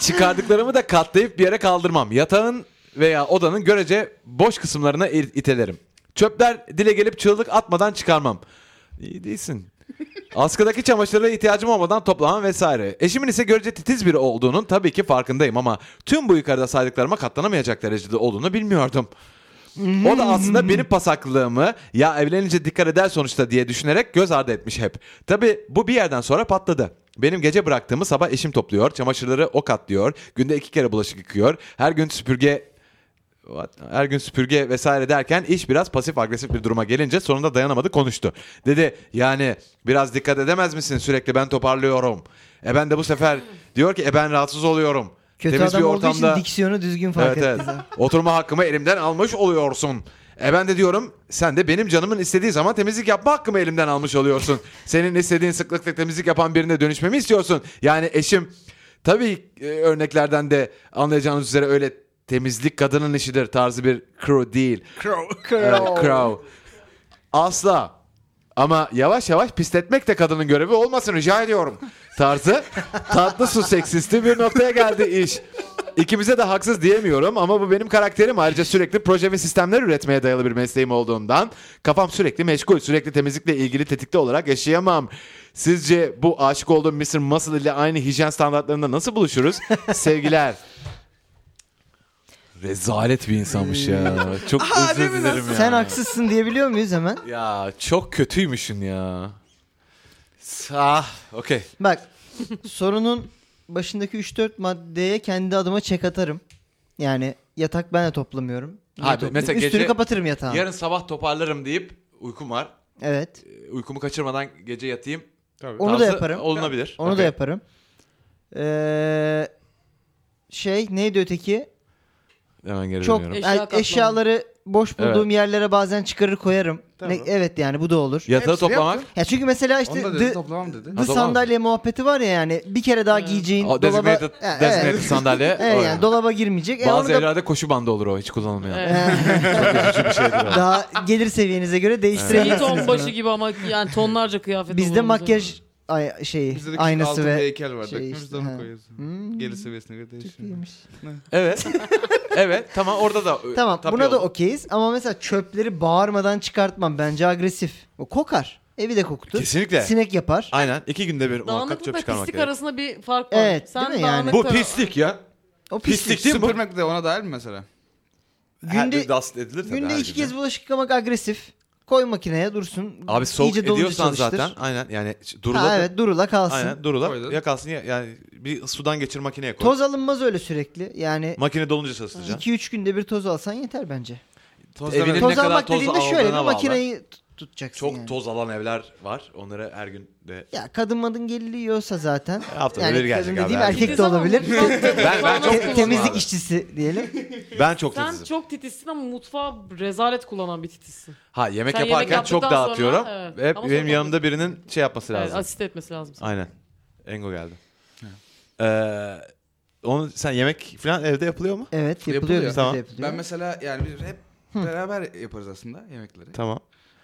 S1: Çıkardıklarımı da katlayıp bir yere kaldırmam. Yatağın veya odanın görece boş kısımlarına ir- itelerim. Çöpler dile gelip çığlık atmadan çıkarmam. İyi değilsin. Askıdaki çamaşırlara ihtiyacım olmadan toplamam vesaire. Eşimin ise görece titiz biri olduğunun tabii ki farkındayım ama tüm bu yukarıda saydıklarıma katlanamayacak derecede olduğunu bilmiyordum. O
S3: Hmm.
S1: da aslında benim pasaklılığımı ya evlenince dikkat eder sonuçta diye düşünerek göz ardı etmiş hep. Tabi bu bir yerden sonra patladı. Benim gece bıraktığımı sabah eşim topluyor. Çamaşırları o katlıyor. Günde iki kere bulaşık yıkıyor. Her gün süpürge What? her gün süpürge vesaire derken iş biraz pasif agresif bir duruma gelince sonunda dayanamadı konuştu. Dedi yani biraz dikkat edemez misin sürekli ben toparlıyorum. E ben de bu sefer diyor ki e ben rahatsız oluyorum.
S3: Kötü
S1: Temiz
S3: adam
S1: bir
S3: olduğu için
S1: ortamda
S3: diksiyonu düzgün
S1: evet,
S3: fark ettiniz.
S1: evet. Oturma hakkımı elimden almış oluyorsun. E ben de diyorum sen de benim canımın istediği zaman temizlik yapma hakkımı elimden almış oluyorsun. Senin istediğin sıklıkla temizlik yapan birine dönüşmemi istiyorsun. Yani eşim tabii e, örneklerden de anlayacağınız üzere öyle temizlik kadının işidir tarzı bir crew değil. Evet, crow. Asla. Ama yavaş yavaş pisletmek de kadının görevi olmasın rica ediyorum. Tarzı tatlı su seksisti bir noktaya geldi iş. İkimize de haksız diyemiyorum ama bu benim karakterim. Ayrıca sürekli proje ve sistemler üretmeye dayalı bir mesleğim olduğundan kafam sürekli meşgul. Sürekli temizlikle ilgili tetikte olarak yaşayamam. Sizce bu aşık olduğum Mr. Muscle ile aynı hijyen standartlarında nasıl buluşuruz? Sevgiler. Rezalet bir insanmış ya. Çok özür dilerim ya.
S3: Sen haksızsın diyebiliyor muyuz hemen?
S1: Ya çok kötüymüşsün ya. Ah, okey.
S3: Bak sorunun başındaki 3-4 maddeye kendi adıma çek atarım. Yani yatak ben de toplamıyorum. Ben
S1: Abi,
S3: topluyorum.
S1: mesela
S3: Üstünü
S1: gece-
S3: kapatırım yatağın.
S1: Yarın sabah toparlarım deyip uykum var.
S3: Evet.
S1: Ee, Uykumu kaçırmadan gece yatayım.
S4: Tabii.
S3: Onu da
S1: Tarzı
S3: yaparım.
S1: Olunabilir.
S3: Onu da
S1: Okey.
S3: yaparım. Ee, şey neydi öteki?
S1: Hemen geri
S3: Çok
S1: dönüyorum.
S2: Eşya
S3: yani
S2: katlamak.
S3: eşyaları boş bulduğum yerlere bazen çıkarır koyarım.
S4: Tamam.
S3: Ne- evet yani bu da olur. Ya,
S1: Yatağı
S4: Hepsini
S1: toplamak.
S3: çünkü mesela işte
S4: Onu da dedi
S3: the,
S4: toplamam dedi.
S3: the
S1: Ha, tamam.
S3: sandalye muhabbeti var ya yani bir kere daha
S2: Hmm.
S3: giyeceğin
S1: o
S3: dolaba
S1: Designated,
S3: E, evet.
S1: designated sandalye.
S3: Evet,
S1: o.
S3: yani dolaba girmeyecek. E, onu
S1: Bazı
S3: da-
S1: evlerde koşu bandı olur o hiç kullanılmayan.
S2: Evet.
S3: daha gelir seviyenize göre
S2: Seyit
S3: değiştirebilirsiniz. bunu.
S2: onbaşı gibi ama yani tonlarca kıyafet
S3: Bizde
S2: olur.
S3: makyaj ay- şeyi
S4: Bizde de küçük altın
S3: aynası ve
S4: heykel vardı.
S3: şey
S4: Hepimiz
S3: işte,
S4: de onu
S3: ha.
S4: koyuyoruz.
S3: Hmm.
S4: Geri seviyesine göre değişiyor.
S3: İyiymiş.
S1: Evet. evet tamam orada da. e,
S3: Tamam
S1: tapıyor
S3: buna da
S1: olur.
S3: okeyiz ama mesela çöpleri bağırmadan çıkartmam bence agresif. O kokar. Evi de kokutur.
S1: Kesinlikle.
S3: Sinek yapar.
S1: Aynen iki günde bir muhakkak
S2: Dağınıklık
S1: çöp
S2: ve
S1: çıkarmak
S2: pislik
S1: gerek.
S2: arasında bir fark var.
S3: Evet,
S2: Sen
S3: değil mi yani?
S2: dağınık
S1: Bu
S2: tara-
S1: pislik ya.
S3: O pislik.
S1: Pislik değil mi? bu?
S4: Süpürmek de ona dahil mi mesela?
S1: Her-
S3: Günde,
S1: dust edilir tabii her
S3: günde iki
S1: günde.
S3: kez bulaşık yıkamak agresif. Koy makineye dursun.
S1: Abi soğuk
S3: İyice donunca
S1: ediyorsan
S3: çalıştır.
S1: zaten aynen yani durula.
S3: Ha, evet durula kalsın.
S1: Aynen durula.
S4: Koydun.
S1: Yakalsın ya, yani bir sudan geçir makineye koy.
S3: Toz alınmaz öyle sürekli. Yani
S1: Makine dolunca çalıştıracaksın.
S3: 2-3 günde bir toz alsan yeter bence.
S4: Toz
S1: Evinin
S4: demek-
S1: ne
S3: Toz
S1: kadar
S3: almak
S1: toz
S3: dediğinde şöyle bir
S1: aldığına bağlı.
S3: makineyi tut- tutacaksın
S1: Çok
S3: yani.
S1: toz alan evler var. Onları her gün de
S3: Ya kadın madın geliyorsa zaten.
S1: haftada bir gelecek
S3: kadın
S1: abi.
S3: dediğim
S1: her
S3: erkek
S1: gün.
S3: de olabilir.
S1: Ben- ben çok
S3: Te-
S1: titizim
S3: temizlik
S1: abi.
S3: işçisi diyelim.
S1: Ben çok
S2: Sen
S1: titizim.
S2: çok titizsin ama mutfağa rezalet kullanan bir titizsin.
S1: Ha yemek
S2: Sen yemek
S1: yaparken çok
S2: yaptıktan
S1: dağıtıyorum.
S2: sonra, evet.
S1: Hep
S2: Ama
S1: benim
S2: sonra-
S1: yanımda birinin şey yapması
S2: Evet,
S1: lazım.
S2: asist etmesi lazım. sana.
S1: Aynen. Engo geldi. Ee, onu sen yemek falan evde yapılıyor mu?
S3: Evet yapılıyor.
S4: Yapılıyor.
S3: bizde de
S1: Tamam.
S3: yapılıyor.
S4: Ben mesela yani biz hep beraber yaparız aslında yemekleri.
S1: Tamam.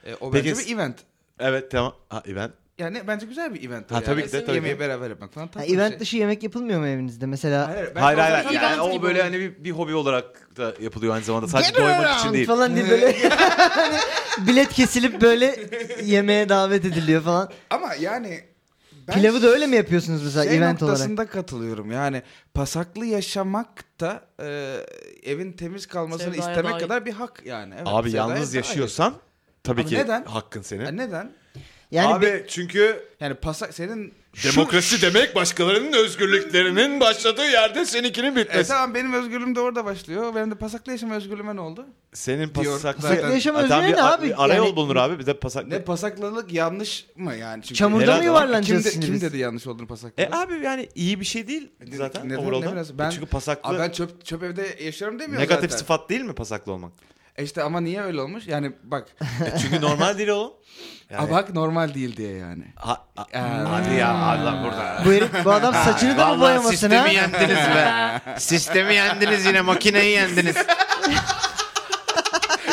S4: E, o
S1: Peki-
S4: bence bir event.
S1: Evet tamam. Ha event.
S4: Yani bence güzel bir event.
S1: Ha, tabii ki de, tabii
S4: Yemeği
S1: ki.
S4: beraber yapmak falan.
S3: Ha,
S4: tatlı bir
S3: event
S4: şey.
S3: dışı yemek yapılmıyor mu evinizde mesela?
S4: Hayır ben-
S1: hayır hayır.
S2: event
S1: hayır. Yani o
S2: gibi
S1: böyle
S2: oluyor.
S1: hani bir, bir hobi olarak da yapılıyor aynı zamanda. Sadece
S3: Get
S1: doymak
S3: around
S1: için değil.
S3: falan diye böyle hani bilet kesilip böyle yemeğe davet ediliyor falan.
S4: Ama yani ben
S3: Pilavı da öyle mi yapıyorsunuz mesela
S4: şey
S3: event olarak?
S4: noktasında katılıyorum. Yani pasaklı yaşamak da e, evin temiz kalmasını
S2: Sevdaya
S4: istemek
S2: dair.
S4: kadar bir hak yani. Evet,
S1: Abi
S4: sevdaya
S1: yalnız
S4: dair.
S1: yaşıyorsan tabii
S4: Abi
S1: ki
S4: neden?
S1: hakkın senin.
S4: Ha, neden?
S3: Yani
S1: Abi
S3: bir-
S1: çünkü
S4: Yani pasak senin
S1: Demokrasi demek başkalarının özgürlüklerinin başladığı yerde seninkinin
S4: E
S1: bitmesi.
S4: tamam benim özgürlüğüm de orada başlıyor. Benim de pasaklı yaşama özgürlüğüme ne oldu?
S1: Senin
S4: Diyor.
S1: pasaklar...
S4: Pasaklı
S1: Zaten-
S3: yaşam
S1: Ha, tamam,
S3: özgürlüğü
S1: bir
S3: ne
S1: a-
S3: abi?
S1: bir Araya
S3: Yani-
S1: yol bulunur abi. Bize pasak...
S4: Ne pasaklılık yanlış mı yani? Çünkü
S3: çamurda
S1: Helal
S3: mı
S1: olsun.
S4: kim, de-
S3: yuvarlanacaksınız?
S4: kim
S3: biz?
S4: dedi yanlış olduğunu pasaklı?
S1: E abi yani iyi bir şey değil
S4: Ne-
S1: zaten.
S4: neden-
S1: overall'da. E,
S4: ne biraz- ben-
S1: Çünkü pasaklı
S4: Abi ben çöp çöp evde yaşarım demiyor
S1: negatif
S4: zaten.
S1: sıfat değil mi pasaklı olmak?
S4: E işte ama niye öyle olmuş? Yani bak.
S1: E çünkü normal değil oğlum. Yani-
S4: a bak normal değil diye yani.
S1: Ha- ha-
S4: Ha.
S1: hadi ya Allah burada.
S3: Bu herif bu adam saçını da mı boyamasın ha?
S1: yendiniz be. sistemi yendiniz yine makineyi yendiniz.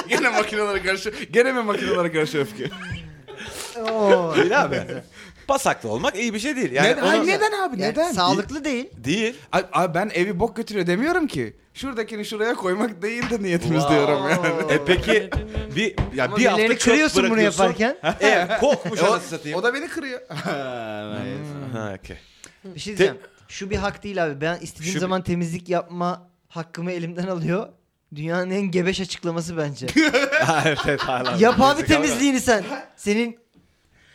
S4: Gene makinelere karşı. Gene mi makinelere karşı öfke?
S3: Oo.
S1: Değil abi. Pasaklı olmak iyi bir şey değil. Yani
S4: neden,
S1: onu-
S4: Hayır, neden abi
S3: Yani
S4: neden?
S3: sağlıklı değil.
S1: Değil.
S4: Abi, abi ben evi bok götürüyor demiyorum ki. Şuradakini şuraya koymak değil de niyetimiz
S1: Wow.
S4: diyorum yani.
S1: E peki bir ya
S3: Ama
S1: bir hafta
S3: birilerini
S1: çöp
S3: kırıyorsun bunu
S1: bırakıyorsun.
S3: yaparken.
S1: E kokmuş
S4: E, o,
S1: anasını satayım.
S4: o da beni kırıyor.
S1: Ha, okey.
S3: Bir şey diyeceğim. Şu bir hak değil abi. Ben istediğim
S1: Şu bir-
S3: zaman temizlik yapma hakkımı elimden alıyor. Dünyanın en gebeş açıklaması bence.
S1: Ha, evet, evet, hala.
S3: Yap abi
S1: Temizlik abi.
S3: temizliğini sen. Senin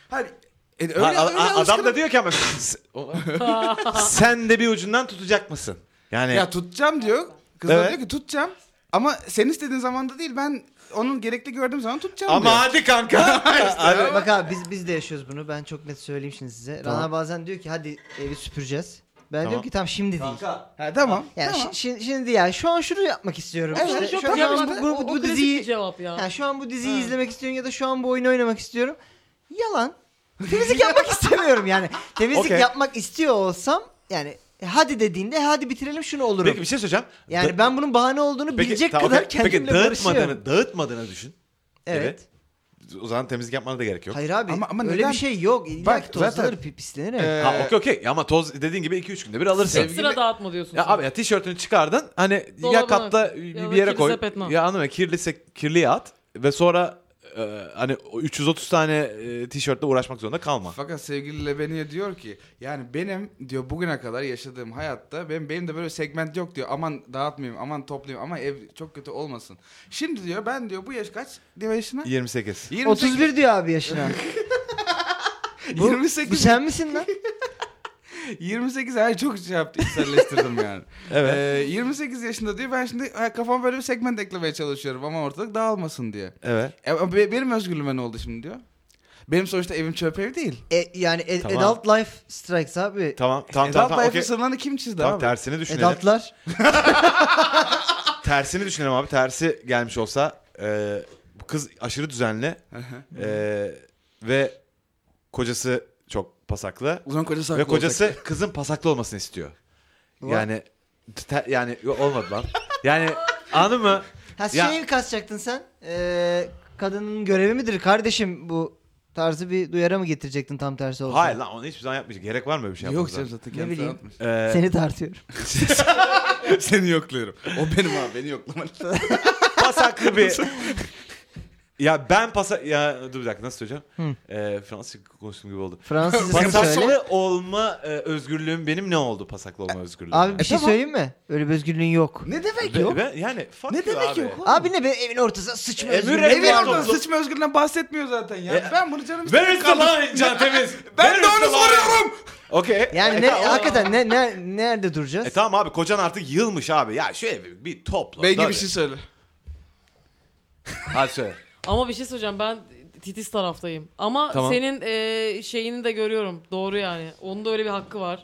S4: Hayır. E, öyle,
S1: Ha, a-
S4: öyle
S1: a- adam
S4: alışkanlık-
S1: da diyor ki ama "S- o- sen de bir ucundan tutacak mısın? Yani
S4: Ya tutacağım diyor. Kız da
S1: Evet.
S4: diyor ki tutacağım. Ama sen istediğin zamanda değil ben onun gerekli gördüğüm zaman tutacağım
S1: ama
S4: diyor.
S1: hadi kanka. Hadi.
S3: bak abi biz biz de yaşıyoruz bunu. Ben çok net söyleyeyim şimdi size. Rana bazen diyor ki hadi evi süpüreceğiz. Ben diyorum ki tamam şimdi değil.
S4: Ha, tamam.
S3: Yani
S4: tamam.
S3: şi- şimdi, şimdi yani şu an şunu yapmak istiyorum.
S4: Evet,
S3: İşte
S4: çok
S3: şu an
S4: yapmak-
S3: bu, bu, bu
S2: o, o klasik bir
S3: diziyi
S2: cevap ya.
S3: yani şu an bu diziyi
S2: Ha.
S3: izlemek istiyorum ya da şu an bu oyunu oynamak istiyorum. Yalan. Temizlik yapmak istemiyorum yani. Temizlik
S1: Okey.
S3: yapmak istiyor olsam yani e, hadi dediğinde "E, hadi bitirelim şunu olurum.
S1: Peki bir şey söyleyeceğim.
S3: yani
S1: Da-
S3: ben bunun bahane olduğunu
S1: Peki,
S3: bilecek
S1: tamam,
S3: kadar
S1: okey.
S3: kendimle
S1: Peki dağıtmadığını,
S3: barışıyorum.
S1: dağıtmadığını düşün.
S3: Evet.
S1: evet.
S6: O zaman temizlik yapmana da gerek yok.
S3: Hayır abi
S4: Ama- ama
S3: öyle
S4: neden-
S3: bir şey yok. İlla
S4: Bak,
S3: ki tozlanır
S4: zaten-
S3: pi- pislenir.
S4: Ee,
S1: Ha okey okey ama toz dediğin gibi 2-3 günde bir alırsın.
S4: Sevgi-
S2: Sıra dağıtma diyorsun.
S1: Ya
S2: sen.
S1: abi ya tişörtünü çıkardın hani ya
S2: Dolabına-
S1: katta bir-
S2: ya da
S1: bir yere
S2: kirli
S1: koy.
S2: sepetine at.
S1: Ya anladın mı? Kirli, sek- kirliye at ve sonra e, hani o 330 tane e, tişörtle uğraşmak zorunda kalma.
S4: Fakat sevgili Lebeniye diyor ki yani benim diyor bugüne kadar yaşadığım hayatta benim, benim de böyle segment yok diyor. Aman dağıtmayayım, aman toplayayım ama ev çok kötü olmasın. Şimdi diyor ben diyor bu yaş kaç diyor yaşına?
S6: 28.
S4: 28
S3: 31 diyor abi yaşına. bu,
S4: 28.
S3: bu sen misin lan?
S4: 28 ay çok şey yaptı içselleştirdim yani.
S6: Evet.
S4: Ee, 28 yaşında diyor ben şimdi ha, kafama böyle bir segment eklemeye çalışıyorum ama ortalık dağılmasın diye.
S6: Evet.
S4: E, ama be- benim özgürlüğüme ne oldu şimdi diyor. Benim sonuçta evim çöp ev değil.
S3: E, yani e-
S6: Tamam.
S3: adult life strikes abi.
S6: Tamam tamam
S4: Adult
S6: tamam. tamam,
S4: Life'ın
S6: okey.
S4: E, sınırlarını kim çizdi
S6: Tamam,
S4: abi?
S6: tersini düşünelim.
S3: Adultlar.
S6: Tersini düşünelim abi. Tersi gelmiş olsa e, bu kız aşırı düzenli e, ve kocası çok pasaklı
S4: O zaman kocası
S6: ve
S4: haklı
S6: kocası
S4: olacak.
S6: kızın pasaklı olmasını istiyor.
S3: Ulan.
S6: Yani te- yani yo, olmadı lan. Yani anladın mı?
S3: Ha
S6: Ya-
S3: şey mi kasacaktın sen? Ee, kadının görevi midir kardeşim bu tarzı bir duyara mı getirecektin tam tersi olsa?
S6: Hayır lan onu hiçbir zaman yapmayacak. Gerek var mı böyle bir şey
S4: Yok
S6: yapmanıza?
S4: canım zaten
S3: Ne
S4: kendisi
S3: bileyim.
S4: atmış.
S6: E,
S3: Seni tartıyorum.
S4: Seni yokluyorum. O benim abi beni yoklaman.
S6: pasaklı bir ya ben pasa ya dur bir dakika nasıl söyleyeceğim?
S3: Hı.
S6: E, Fransız konuştuğum gibi oldu.
S3: Fransızca söyle.
S6: Pasaklı olma e, özgürlüğüm benim ne oldu pasaklı olma özgürlüğüm?
S3: Abi bir
S4: E,
S3: şey
S4: tamam.
S3: söyleyeyim mi? Öyle bir özgürlüğün yok.
S4: ne demek
S6: Ve- ve yani fuck
S4: Ne
S6: you
S4: demek
S6: abi.
S4: yok oğlum?
S3: Abi ne be evin ortasına sıçma
S6: E,
S3: özgürlüğü.
S6: müreffeh
S4: Evin
S6: Evin
S4: oradan
S6: ortası.
S4: sıçma özgürlüğünden bahsetmiyor zaten ya.
S6: E,
S4: ben bunu canım
S6: Ver
S4: istemiyorum.
S6: üstü lan Can Temiz.
S4: Ben de
S6: Ver üstü
S4: onu
S6: lan.
S4: soruyorum.
S6: Okey.
S3: Yani
S6: E,
S3: ne,
S6: tamam.
S3: hakikaten ne, ne, nerede duracağız?
S6: E tamam abi kocan artık yılmış abi. Ya şu evi bir topla.
S4: Bey gibi
S6: Tabii.
S4: bir şey söyle.
S6: Hadi söyle.
S2: Ama bir şey söyleyeceğim ben titiz taraftayım. Ama
S1: Tamam.
S2: senin e, şeyini de görüyorum. Doğru yani. Onun da öyle bir hakkı var.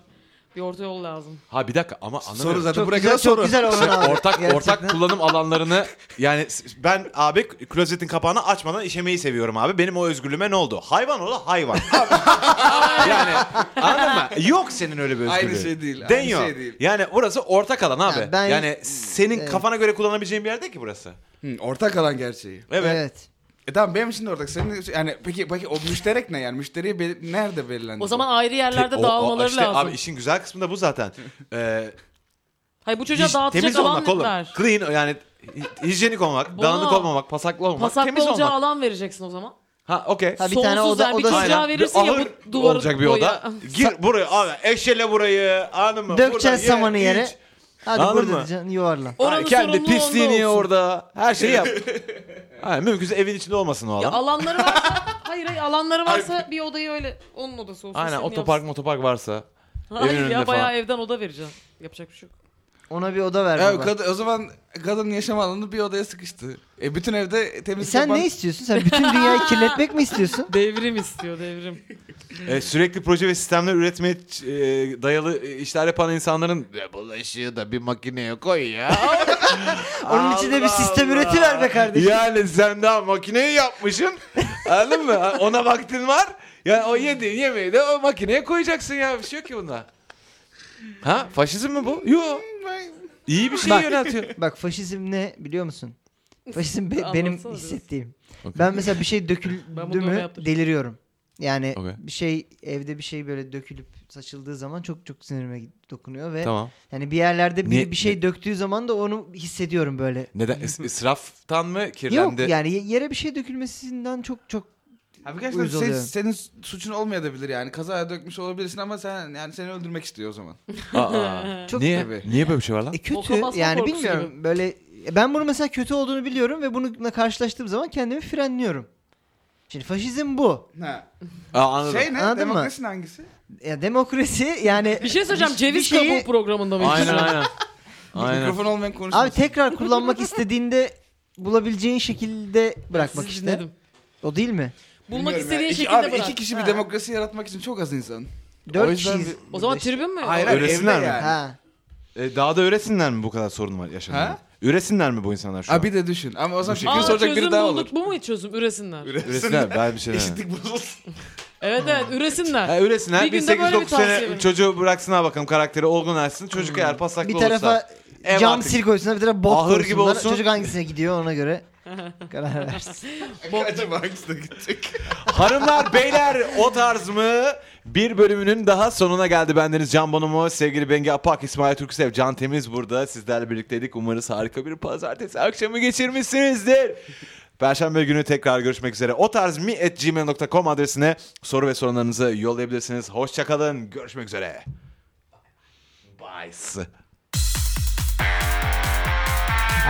S2: Bir orta yol lazım.
S1: Ha bir dakika ama
S4: Soru
S1: anlamıyorum.
S4: zaten
S3: çok
S4: buraya
S3: güzel,
S4: kadar soru.
S3: çok güzel olan abi.
S1: ortak ortak
S3: Gerçekten.
S1: kullanım alanlarını
S6: Yani s- ben abi k- klozetin kapağını açmadan işemeyi seviyorum abi. Benim o özgürlüğüme ne oldu? Hayvan ola hayvan. yani anladın mı? Yok senin öyle bir özgürlüğün.
S4: Aynı şey değil, aynı
S6: Deniyor.
S4: şey değil.
S1: yani orası ortak alan abi.
S3: Ya ben-
S1: yani
S6: Senin
S3: Evet.
S6: kafana göre kullanabileceğin bir yer değil ki burası.
S4: Hı, ortak alan gerçeği.
S6: Evet.
S3: Evet.
S4: E tamam benim için de ortak. Senin yani peki peki o müşterek ne yani? Müşteriye bel- nerede belirlendi?
S2: O
S4: bu?
S2: zaman ayrı yerlerde
S6: O- o-
S2: dağılmaları
S6: işte
S2: lazım.
S6: Abi işin güzel kısmı da bu zaten. Ee,
S2: Hayır bu çocuğa
S6: Hiç-
S2: dağıtacak
S6: temiz
S2: alan
S6: olmak oğlum.
S2: ver.
S6: Clean yani hi- hijyenik olmak,
S2: Bana-
S1: dağınık olmamak, pasaklı olmamak, temiz
S2: Pasaklı olacağı
S1: olmak.
S2: alan vereceksin o zaman.
S1: Ha okey.
S3: Ha, bir
S2: Sonsuz
S3: tane oda-
S2: yani. Bir
S3: odası-
S2: çocuğa
S1: Aynen. Bir
S2: verirsin ya
S1: ağır
S2: bu duvarı
S1: olacak bir oda.
S6: Gir buraya abi eşele burayı anladın mı?
S3: Dökeceksin
S6: Buradan ye,
S3: samanı yere.
S6: iç.
S3: Hadi
S1: Anladın
S3: burada
S1: mı?
S3: diyeceksin, yuvarla.
S2: Oranın
S1: Ha, kendi
S2: sorumluluğu onda
S1: pisliğini
S2: olsun.
S1: orada her şeyi yap. ha, mümkünse evin içinde olmasın o
S2: Ya
S1: alan.
S2: alanları varsa hayır hayır alanları varsa bir odayı öyle onun odası olsun.
S1: Aynen
S2: senin
S1: otopark
S2: yapsın.
S1: motopark varsa. evin
S2: Hayır
S1: önünde
S2: ya
S1: falan. E,
S2: bayağı evden oda vereceğim. Yapacak bir şey yok.
S3: Ona bir oda ver
S4: E, o
S3: baba.
S4: kad- o zaman kadının yaşam alanı bir odaya sıkıştı. E bütün evde
S3: E,
S4: temizlik
S3: sen
S4: yapan-
S3: ne istiyorsun? Sen bütün dünyayı kirletmek mi istiyorsun?
S2: Devrim istiyor devrim.
S1: E, sürekli proje ve sistemler üretmeye e, dayalı e, işler yapan insanların "Ya bulaşığı da bir makineye koy ya.
S3: Onun için de bir sistem üretiver be kardeşim.
S1: yani sen daha makineyi yapmışsın. Anladın mı? Ona vaktin var. Yani o yediğin yemeği de o makineye koyacaksın ya. Bir şey yok ki bunda. Ha? Faşizm mi bu? Yok. İyi bir şey
S3: Bak.
S1: yöneltiyor.
S3: Bak faşizm ne biliyor musun? Faşizm be-
S2: Anlatsana
S3: benim
S2: biraz.
S3: hissettiğim. Ben mesela bir şey
S2: Ben
S3: döküldü
S2: bunu öyle
S3: mü
S2: yaptım.
S3: deliriyorum. Yani
S1: Okey.
S3: bir şey evde bir şey böyle dökülüp saçıldığı zaman çok çok sinirime dokunuyor ve
S1: Tamam.
S3: yani bir yerlerde biri
S1: Ne-
S3: bir şey döktüğü zaman da onu hissediyorum böyle.
S1: Neden? Is- israftan mı kirlendi?
S3: Yok yani ye- yere bir şey dökülmesinden çok çok
S4: Abi gerçekten
S3: Uyuz
S4: sen-
S3: oluyor.
S4: senin suçun olmayabilir yani. Kazaya dökmüş olabilirsin ama sen yani seni öldürmek istiyor o zaman.
S1: Aa.
S3: çok
S1: Niye?
S4: Tabii.
S1: Niye böyle bir şey var lan?
S3: E,
S2: O
S3: kötü
S2: kafasına
S3: yani
S2: korkusu
S3: bilmiyorum böyle e, ben bunu mesela kötü olduğunu biliyorum ve bununla karşılaştığım zaman kendimi frenliyorum. Şimdi faşizm bu.
S4: Ha.
S1: Aa, anladım.
S4: Şey ne?
S3: Anladın mı?
S4: Demokrasinin hangisi?
S3: Ya demokrasi yani
S2: Bir şey söyleyeceğim.
S3: bir
S2: Ceviz
S3: şeyi-
S2: kabuğu programında mı?
S1: aynen aynen. aynen.
S4: Mikrofon olmayan
S3: Abi
S4: konuşmasın.
S3: tekrar kullanmak istediğinde bulabileceğin şekilde bırakmak
S2: Sizi
S3: işte.
S2: dinledim.
S3: O değil mi?
S2: Bulmak
S4: Bilmiyorum ya.
S2: istediğin
S4: İki-
S2: şekilde
S4: abi,
S2: bırak.
S4: iki kişi
S3: Ha.
S4: bir demokrasi yaratmak için çok az insan.
S3: Dört
S4: yüzden
S3: kişiyiz.
S4: bir-
S2: O zaman
S3: burada işte.
S2: tribün mü?
S4: Hayır,
S2: Öyle-
S4: hayır.
S6: Üresinler
S4: evde
S6: mi?
S4: yani.
S3: Ha.
S6: E, dağda üresinler mi bu kadar sorun var yaşanıyor?
S4: Ha?
S6: Üresinler mi bu insanlar şu
S4: Ha
S6: an?
S4: bir de düşün. Ama o zaman fikrini
S2: Aa,
S4: soracak
S2: çözüm
S4: biri daha olur.
S2: bulduk. Bu mu çözüm? Üresinler.
S6: Üresinler ben bir şey demedim.
S4: Eşitlik bozulsun.
S2: evet evet üresinler.
S6: Ha, üresinler.
S2: Bir
S6: Bir
S2: günde böyle bir
S6: 8-9 sene
S2: tavsiye verin.
S6: çocuğu bıraksınlar bakalım karakteri olgunlaşsın. Çocuk eğer pasaklı
S3: Bir
S6: olursa.
S3: tarafa
S6: ev
S3: cam
S6: artık-
S3: sil koysunlar bir tarafa bok
S6: Ahır gibi
S3: koysunlar.
S6: olsun.
S3: Çocuk hangisine gidiyor ona göre. Karar versin.
S4: Acaba hangisine gidecek?
S1: Hanımlar beyler o tarz mı? Bir bölümünün daha sonuna geldi. Bendeniz Can Bonomo, sevgili Bengi Apak, İsmail Türksev, Can Temiz burada. Sizlerle birlikteydik. Umarız harika bir pazartesi akşamı geçirmişsinizdir. Perşembe günü tekrar görüşmek üzere. O tarz mi at gmail.com adresine soru ve sorunlarınızı yollayabilirsiniz. Hoşçakalın. Görüşmek üzere. Bye.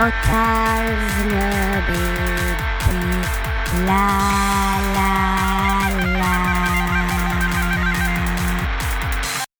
S7: O tarz mı bir- bir- La la